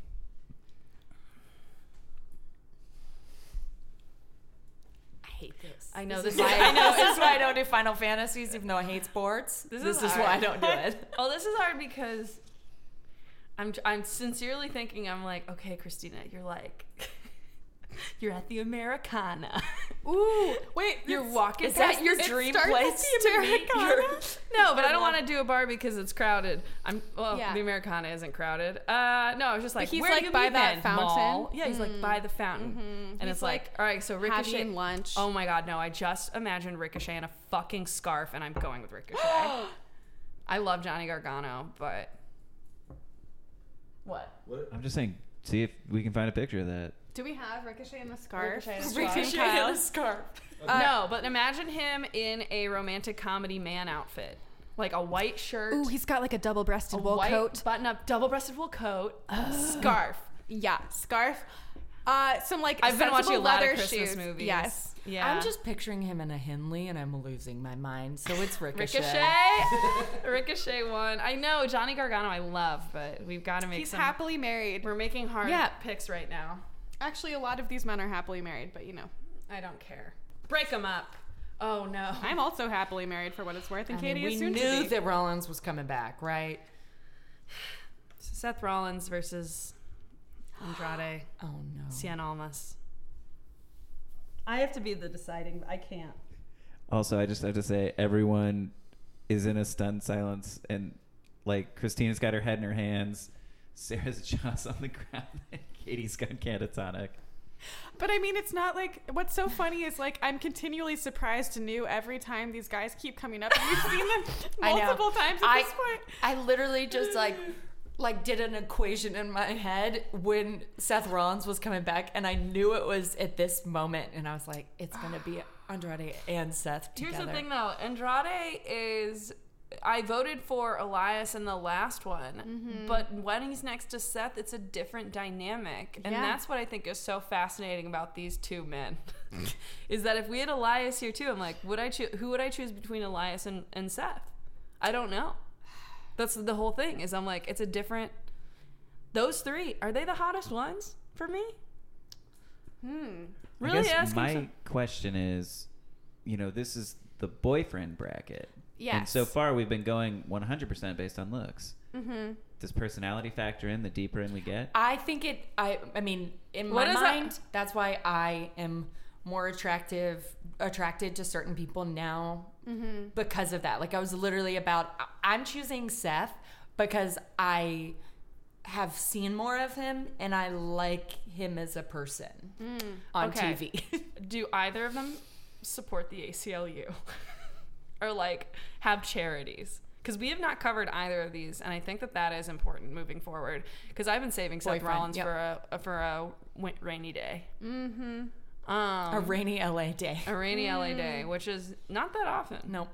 I hate this.
I know this
this, is
is-
why.
I know
this is why I don't do Final Fantasies, even though I hate sports.
This
This,
is
is,
hard.
why I don't do it.
Oh, this is hard because I'm I'm sincerely thinking I'm like, okay, Christina, you're like you're at the Americana.
Ooh, wait.
You're
it's-
walking
Is that
past
your
this-
dream
starts at
place
the
to meet your?
Americana?
No, but I don't want to do a bar because it's crowded. I'm well,
Yeah.
the Americana isn't crowded. Uh, no, I was just like,
But he's
where
like
do you
by
meet
that
men?
fountain.
Mall? Yeah, he's like by the fountain,
Mm-hmm.
and
He's
it's like,
like
all right, so Ricochet
having lunch.
Oh my god, no! I just imagined Ricochet in a fucking scarf, and I'm going with Ricochet. I love Johnny Gargano, but what?
What?
I'm just saying, see if we can find a picture of that.
Do we have Ricochet in the scarf?
Ricochet in the scarf.
Ricochet Kyle.
scarf.
Uh,
no, but imagine him in a romantic comedy man outfit, like a white shirt,
Ooh, he's got like a double-breasted
a
wool
white
coat.
button-up, double-breasted wool coat, scarf.
Yeah, scarf. Uh, some like
I've been watching
sensible
a lot
leather
of Christmas
shoes.
movies.
Yes.
yeah.
I'm just picturing him in a Henley, and I'm losing my mind. So it's Ricochet.
Ricochet, Ricochet won. I know Johnny Gargano. I love, but we've got to make
He's
some.
happily married.
We're making hard
Yeah.
picks right now.
Actually, a lot of these men are happily married, but you know,
I don't care. Break them up. Oh no.
I'm also happily married for what it's worth,
I
and
mean,
Katie
we
is soon
knew
to be.
that Rollins was coming back, right?
Seth Rollins versus Andrade
Oh no!
Cien Almas. I have to be the deciding. I can't.
Also, I just have to say, everyone is in a stunned silence, and like Christina's got her head in her hands, Sarah's jaw's on the ground, and Katie's got catatonic.
But I mean, it's not like what's so funny is like I'm continually surprised anew every time these guys keep coming up. And we've seen them
I know.
multiple times at
I-
this point.
I literally just like like did an equation in my head when Seth Rollins was coming back and I knew it was at this moment and I was like it's going to be Andrade and Seth together.
Here's the thing, though. Andrade is. I voted for Elias in the last one,
Mm-hmm.
but when he's next to Seth, it's a different dynamic, and
Yeah.
that's what I think is so fascinating about these two men. is that if we had Elias here too, I'm like, would I choose? Who would I choose between Elias and, and Seth? I don't know. That's the whole thing. Is I'm like, it's a different. Those three are they the hottest ones for me?
Hmm.
I
Really
guess
asking.
my
some-
question is, you know, this is the boyfriend bracket. And
Yes.
so far, we've been going 100% based on looks. Mm-hmm. Does personality factor in the deeper in we get?
I think it I I mean in
What
my
is
mind that's why I am more attractive attracted to certain people now
Mm-hmm.
because of that. Like I was literally about I- I'm choosing Seth because I have seen more of him and I like him as a person
Mm,
on
okay.
TV.
do either of them support the ACLU or like have charities? Because we have not covered either of these, and I think that that is important moving forward. Because I've been saving Seth
Boyfriend,
Rollins
yep.
for a, a for a win- rainy day,
Mm-hmm.
um,
A
a, Hmm.
rainy LA day.
rainy LA day, which is not that often.
Nope.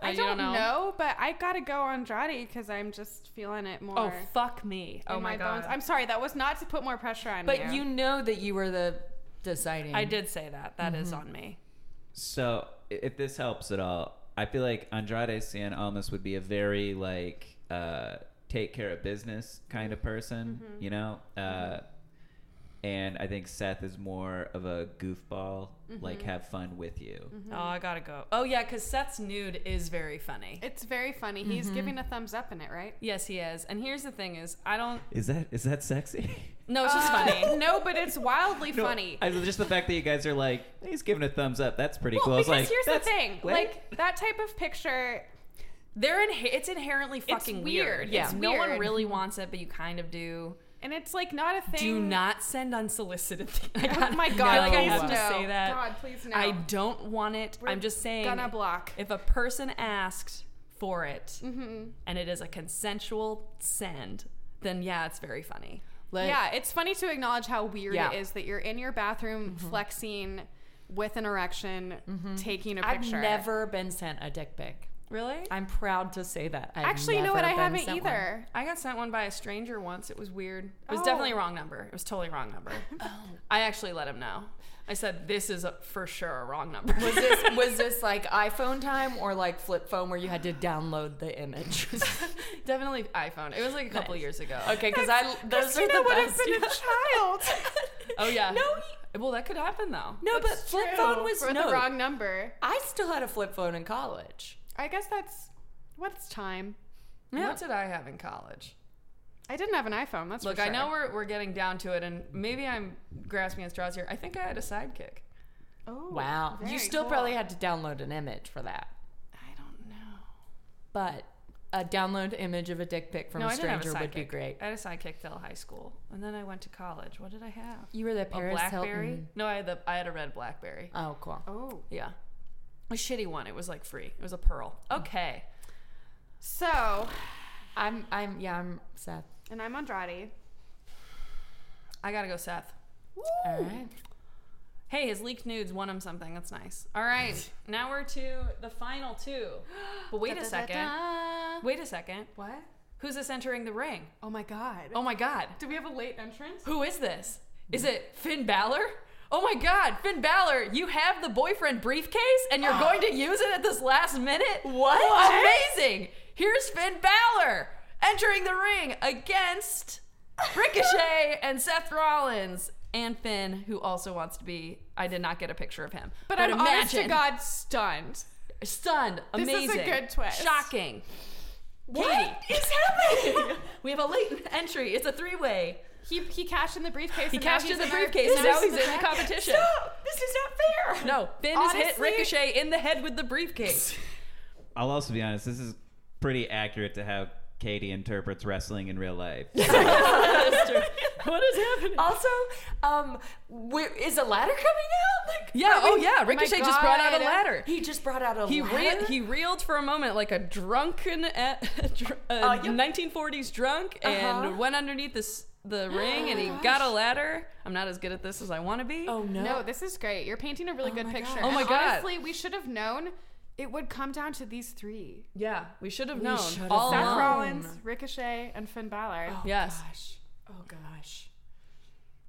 Uh,
I
you
don't know. but I gotta go Andrade because I'm just feeling it more.
Oh fuck me!
in
Oh my, god!
bones. I'm sorry. That was not to put more pressure on
But you know that you were the deciding.
I did say that. That is on me.
So, i- if this helps at all, I feel like Andrade San Almas would be a very like uh, take care of business kind of person,
Mm-hmm.
you know. Uh, and I think Seth is more of a goofball,
Mm-hmm.
like have fun with you.
Oh, I gotta go. Oh yeah, because Seth's nude is very funny.
It's very funny. He's
Mm-hmm.
giving a thumbs up in it, right?
Yes, he is. And here's the thing: is I don't.
Is that is that sexy?
No, it's just
Uh,
funny.
No, but it's wildly
No,
funny.
I, just the fact that you guys are like, he's giving a thumbs up. That's pretty
well,
cool. I was
because
like,
here's the
"That's-
thing,
what?"
like that type of picture.
They're in. It's inherently fucking
weird.
weird.
Yeah.
It's no one
weird.
really wants it, but you kind of do.
And it's like not a thing.
Do not send unsolicited. Things. I
Oh
gotta-
my
I
god!
feel like I
please
have to
no.
say that.
God, please no.
I don't want it.
We're
I'm just saying.
gonna block. Mm-hmm.
If a person asks for it and it is a consensual send, then yeah, it's very funny.
Let-
yeah, it's funny to acknowledge how weird
Yeah. Mm-hmm.
it is that you're in your bathroom flexing with an erection, taking a
I've
picture.
never been sent a dick pic.
Really? I,
I'm proud to say that. I've
Actually, you know what?
never
I
been
haven't
sent one.
either.
got sent one by a stranger once. It was weird. It was
Oh.
definitely a wrong number. It was totally wrong number. I actually let him know. I said, "This is a, for sure a wrong number."
Was this was this like iPhone time or like flip phone where you had to download the image?
definitely iPhone. It was like a couple
Nice.
years ago.
Okay, because I those are
Christina
the
would have
best.
been a child.
Oh yeah.
No,
Well, that could happen though.
no, but
It's
flip
true.
phone was
For
no.
the wrong number.
I still had a flip phone in college.
I guess that's what's time.
Yeah.
What did I have in college?
I didn't have an iPhone. That's
Look,
for
I
sure.
know we're, we're getting down to it, and maybe I'm grasping at straws here. I think I had a sidekick.
Oh,
Wow,
very
you still
cool.
probably had to download an image for that,
I don't know.
but a download image of a dick pic from
no,
a
I didn't have a
stranger
sidekick.
would be great.
I had a sidekick till high school, and then I went to college. What did I have?
You were the
a
Paris
blackberry?
Hilton.
No, I had the I had a red blackberry.
Oh, cool.
Oh,
Yeah, a shitty one. It was like free. It was a pearl. Okay.
so
I'm, I'm, yeah, I'm Seth.
and I'm Andrade.
I gotta go, Seth.
All right.
Hey, his leaked nudes won him something. That's nice. All right, now we're to the final two. But wait a second.
Da-da-da-da.
Wait a second.
What?
Who's this entering the ring?
Oh my god.
Oh my god.
Do we have a late entrance?
Who is this? Is it Finn Balor? Oh my god, Finn Balor, you have the boyfriend briefcase and you're going to use it at this last minute? What? Amazing! Here's Finn Balor entering the ring against Ricochet and Seth Rollins and Finn, who also wants to be. I did not get a picture of him.
But I'm honest to
imagine-
God stunned.
Stunned.
This is a
Amazing.
good twist.
Shocking.
What
Katie.
is happening?
We have a late entry. It's a three way.
He he cashed in the briefcase.
He
and now
cashed
he's
in the
our-
briefcase and now he's in the
back.
competition.
Stop! This is not fair.
No, Finn has hit
Honestly-
Ricochet in the head with the briefcase.
I'll also be honest. This is pretty accurate to how Katie interprets wrestling in real life.
what is happening?
Also, um, where, is a ladder coming out? Like,
Yeah,
are
oh
we-
yeah, Ricochet just brought out a
God.
ladder.
He just brought out a
He
ladder.
re- he reeled for a moment like a drunken e, a, a, dr- a
Oh, yeah.
1940s drunk
Uh-huh.
and went underneath this the ring and he got a ladder. I'm not as good at this as I want to be.
oh no.
No, this is great. You're painting a really good
my
picture.
God.
Oh my
And
God.
Honestly, we should have known it would come down to these three:
yeah, we should have known
should've
all
Seth
along.
Rollins, Ricochet, and Finn Balor.
Oh,
Yes.
Gosh. Oh gosh.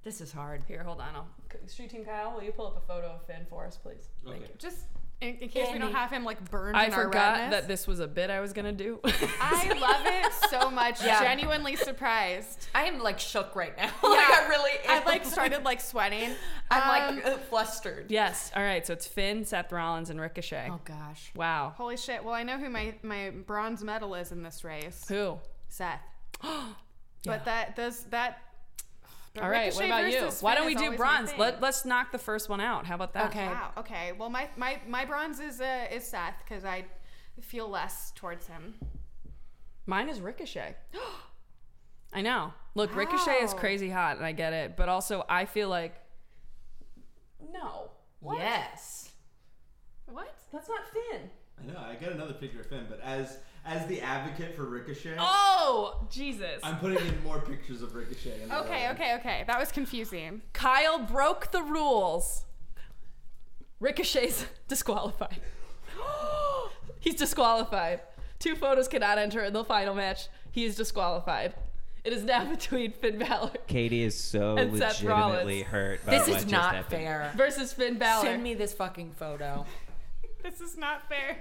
This is hard.
Here, hold on. I'll, Street Team Kyle, will you pull up a photo of Finn for us, please? Thank you.
Just in, in case we don't
Andy.
have him like burned.
I
in our
forgot
redness.
that this was a bit I was gonna do.
I love it so much.
Yeah.
Genuinely surprised.
I am like shook right now. like I really am.
I like started like sweating.
I'm
Um,
like uh, flustered.
yes. All right. So it's Finn, Seth Rollins, and Ricochet.
Oh gosh.
Wow.
holy shit. Well, I know who my my bronze medal is in this race.
Who?
Seth. But that does that. but
All right. What
Ricochet
about you?
versus
Why
Finn
don't we
is
do
always my
bronze?
thing.
Let Let's knock the first one out. How about that?
Okay.
Wow. Okay. Well, my my my bronze is uh, is Seth because I feel less towards him.
Mine is Ricochet. I know. Look, Ricochet is
Wow.
crazy hot, and I get it. But also, I feel like no.
Yes.
What? That's not Finn.
I know I got another picture of Finn, but as as the advocate for Ricochet,
Oh, Jesus.
I'm putting in more pictures of Ricochet. In the
Okay,
Uh.
letter.
okay, okay. That was confusing.
Kyle broke the rules. Ricochet's disqualified. He's disqualified. Two photos cannot enter in the final match. He is disqualified. It is now between Finn Balor
Katie is so
And Seth Rollins.
legitimately hurt. By
This
what
is
just
not
happened.
fair.
versus Finn Balor.
Send me this fucking photo.
This is not fair.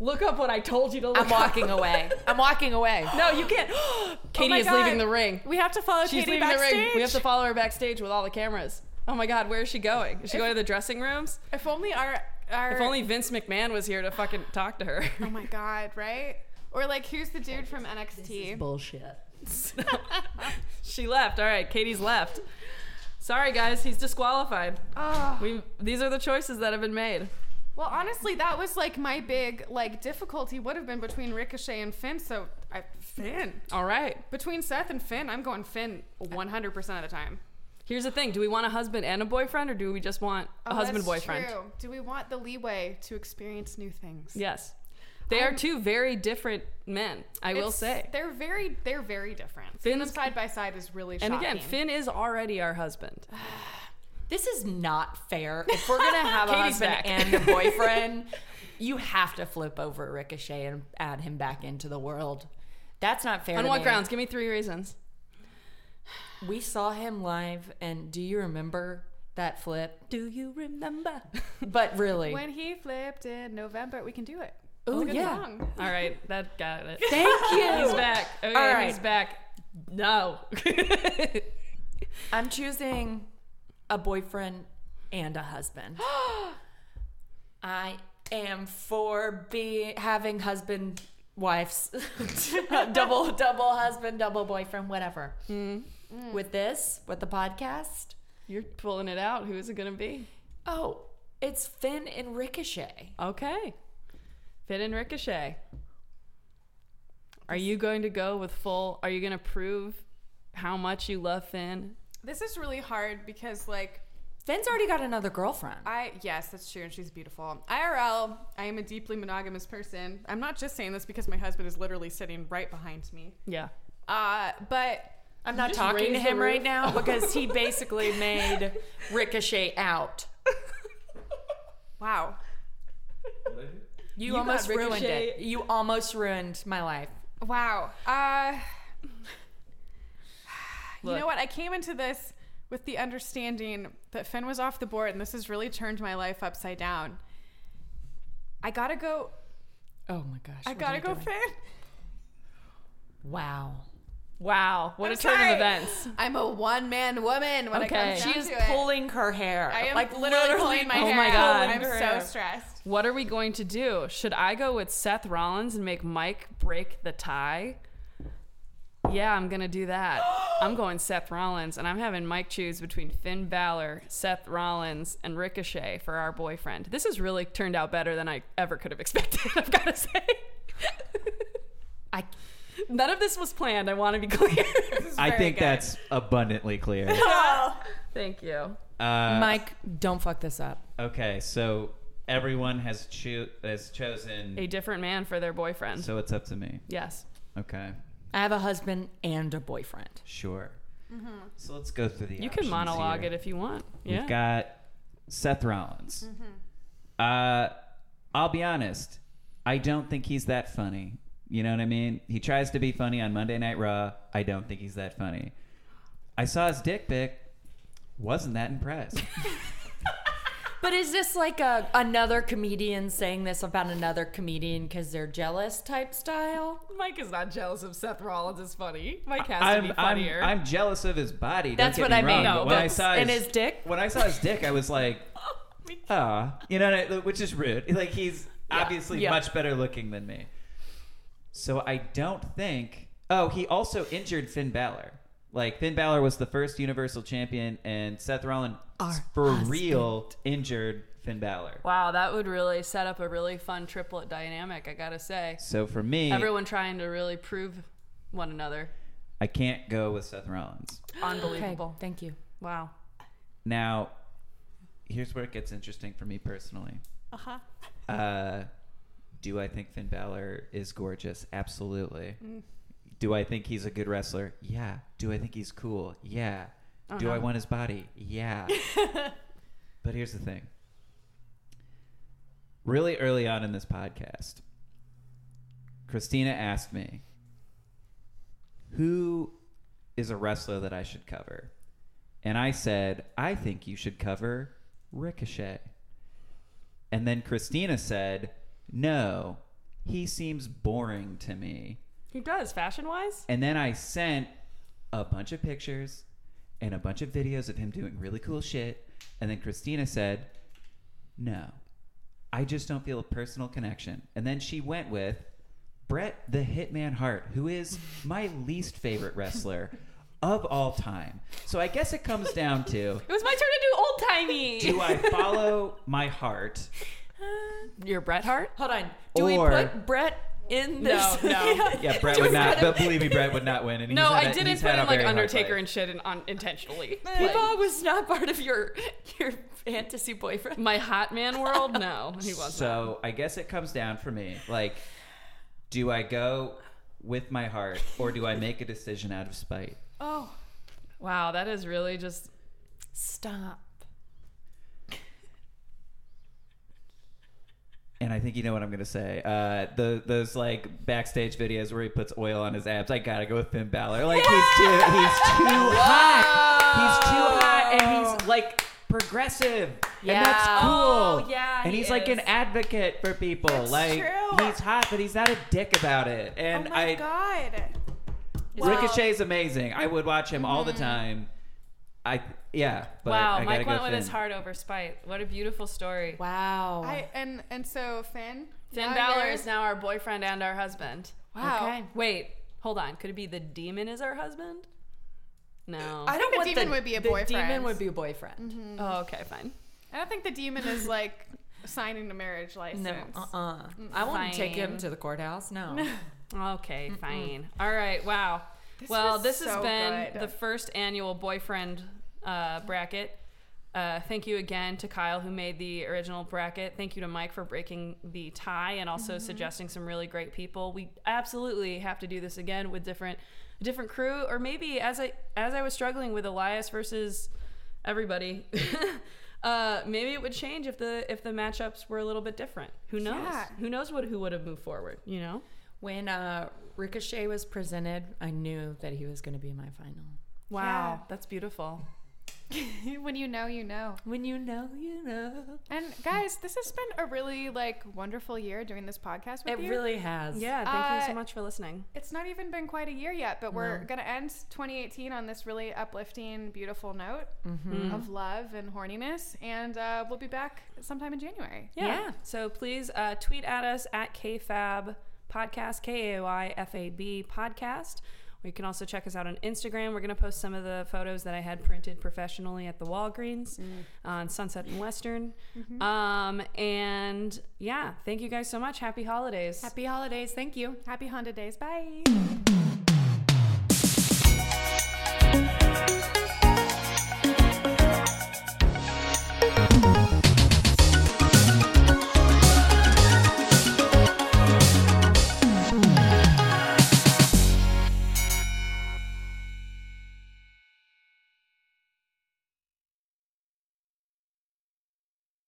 Look up what I told you to look
I'm walking
up.
away. I'm walking away.
No, you can't. Oh Katie
my
is
God.
leaving the ring.
We have to follow
She's
Katie
leaving
backstage.
the ring. We have to follow her backstage with all the cameras. Oh my God, where is she going? Is she going to the dressing rooms?
if only our our
If only Vince McMahon was here to fucking talk to her.
Oh my god, right? Or like who's the dude from NXT?
Bullshit.
she left. All right, Katie's left. Sorry, guys, he's disqualified.
Oh.
We these are the choices that have been made.
Well, honestly, that was like my big like difficulty would have been between Ricochet and Finn. So I Finn
All right.
between Seth and Finn, I'm going Finn 100 percent of the time.
Here's the thing: Do we want a husband and a boyfriend, or do we just want a
Oh,
husband
that's
boyfriend?
true. Do we want the leeway to experience new things?
Yes, they are
I'm-
two very different men. I will
It's-
say.
they're very they're very different. Finn's
Finn's-
the side by side is really
And
shocking.
again, Finn is already our husband.
This is not fair. If we're gonna have a
Katie's
husband
back.
and a boyfriend, you have to flip over Ricochet and add him back into the world. That's not fair.
On
to
what
me.
grounds? Give me three reasons.
We saw him live, and do you remember that flip?
Do you remember?
But really,
when he flipped in November, we can do it. It's
Ooh,
a good
yeah.
song.
All right, that got it.
thank you.
He's back. Okay,
All right.
he's back. No.
I'm choosing a boyfriend and a husband. I am for be having husband wives double double husband double boyfriend whatever with this with the podcast
You're pulling it out. Who is it going to be?
oh it's finn and ricochet
Okay. Finn and Ricochet. Are you going to go with full? Are you going to prove how much you love Finn?
This is really hard because like
finn's already got another girlfriend
I yes, that's true, and she's beautiful. IRL, I am a deeply monogamous person. I'm not just saying this because my husband is literally sitting right behind me.
Yeah.
Uh, but
i'm not
just
talking to
raised the
him right
roof.
now because he basically made ricochet out
wow,
What'd I do?
you,
got
almost ruined it
Ricochet-
you almost ruined my life
wow. Uh, you
Look.
know what? I came into this with the understanding that Finn was off the board, and this has really turned my life upside down. I gotta go.
Oh my gosh.
I gotta go, Finn.
Wow.
Wow. What
I'm
a turn
sorry.
of events.
I'm a one man woman when
Okay.
it comes
She
down
is
to it.
pulling her hair.
I am
like
literally, pulling my
oh
hair.
my
out.
God.
I'm
Pulling her hair.
so stressed.
What are we going to do? Should I go with Seth Rollins and make Mike break the tie? Yeah, I'm going to do that. I'm going Seth Rollins, and I'm having Mike choose between Finn Balor, Seth Rollins, and Ricochet for our boyfriend. This has really turned out better than I ever could have expected, I've got to say.
I,
None of this was planned, I want to be clear.
I
Very
think
good.
that's abundantly clear.
Thank you.
Uh,
Mike, don't fuck this up.
Okay, so everyone has cho- has chosen.
A different man for their boyfriend.
So it's up to me.
yes.
Okay,
I have a husband and a boyfriend.
sure.
Mm-hmm.
So let's go through the.
You can monologue it if you want. Yeah.
We've got Seth Rollins.
Mm-hmm.
Uh, I'll be honest. I don't think he's that funny. You know what I mean? He tries to be funny on Monday Night Raw. I don't think he's that funny. I saw his dick pic. Wasn't that impressed?
But is this like a another comedian saying this about another comedian because they're jealous type style?
Mike is not jealous of Seth Rollins is funny. Mike has to
I'm,
be
I'm,
funnier.
I'm jealous of his body. don't
That's
get
what
me
I mean.
wrong, but
No,
when I
that's-
saw
and his dick?
When I saw his dick, I was like, ah, you know, what I- which is rude. Like he's obviously
yeah.
much better looking than me. So I don't think. Oh, he also injured Finn Balor. Like Finn Balor was the first Universal Champion, and Seth Rollins for real injured Finn Balor.
Wow, that would really set up a really fun triplet dynamic, I gotta say.
So for me,
Everyone trying to really prove one another.
I can't go with Seth Rollins.
Unbelievable.
Okay, thank you.
Wow.
Now, here's where it gets interesting for me personally. Uh-huh. Do I think Finn Balor is gorgeous? Absolutely. Do I think he's a good wrestler? Yeah. Do I think he's cool? Yeah.
Oh,
Do I
no.
want his body? Yeah. but here's the thing. Really early on in this podcast, Christina asked me, Who is a wrestler that I should cover? And I said, I think you should cover Ricochet. And then Christina said, No, he seems boring to me.
He does, fashion wise.
And then I sent a bunch of pictures and a bunch of videos of him doing really cool shit. And then Christina said, No, I just don't feel a personal connection. And then she went with Brett the Hitman Hart, who is my least favorite wrestler of all time. So I guess it comes down to
It was my turn to do old timey.
do I follow my heart?
Your Bret Hart?
Hold on.
Do we
Or-
put Brett in
No,
this?
no.
Yeah, Brett would not. But believe me, Brett would not win. And he's
No,
had
I
a-
didn't
he's
put
had a
in like
very hard
Undertaker
life.
and shit in, on, intentionally.
Beba was not part of your your fantasy boyfriend.
My hot man world? No, he wasn't.
So I guess it comes down for me. Like, do I go with my heart or do I make a decision out of spite?
Oh,
wow, that is really just.
Stop.
And I think you know what I'm gonna say. Uh, the those like backstage videos where he puts oil on his abs. I gotta go with Finn Balor. Like he's too he's too hot. He's too hot, and he's like progressive. And that's
Yeah.
cool.
Oh, yeah,
And
he
he's like an
is.
advocate for people. like
true.
he's hot, but he's not a dick about it.
oh
And
my
I
god.
Ricochet's amazing. I would watch him all the time. I yeah. But
Mm-hmm. wow,
I gotta
Mike
go
went with his
Finn.
heart over spite. What a beautiful story.
Wow.
I and and so Finn.
Finn
now
Balor
you're-
is now our boyfriend and our husband.
Wow.
Okay.
Wait, hold on. Could it be the demon is our husband? No.
I think the demon would be a boyfriend. Mm-hmm.
The demon would be a boyfriend.
oh, okay, fine.
I don't think the demon is like signing the marriage license.
No, uh,
uh-uh.
uh
Mm-hmm.
I wouldn't take him
Fine.
to the courthouse. No.
Okay, fine. All right, wow.
This
well,
was
this
so
has been
good.
the first annual boyfriend uh, bracket. Uh, thank you again to Kyle who made the original bracket. Thank you to Mike for breaking the tie and also
Mm-hmm.
suggesting some really great people. We absolutely have to do this again with different a different crew or maybe as I as I was struggling with Elias versus everybody. Uh, maybe it would change if the if the matchups were a little bit different. Who knows?
Yeah.
Who knows what who would have moved forward? You know.
When uh, Ricochet was presented, I knew that he was going to be my final.
Wow,
Yeah.
that's beautiful.
when you know, you know.
When you know, you know.
And guys, this has been a really like wonderful year doing this podcast with
It
you.
really has.
Yeah, thank you so
Uh,
much for listening.
it's not even been quite a year yet, but we're gonna end 2018 on this really uplifting, beautiful note
Mm-hmm.
of love and horniness, and uh, we'll be back sometime in January.
Yeah.
yeah.
So please uh, tweet at us at KFAB Podcast, K A Y F A B Podcast. Or you can also check us out on Instagram. We're going to post some of the photos that I had printed professionally at the Walgreens on Sunset and Western. Um, and yeah, thank you guys so much. Happy holidays.
Happy holidays. Thank you.
Happy Honda days. Bye.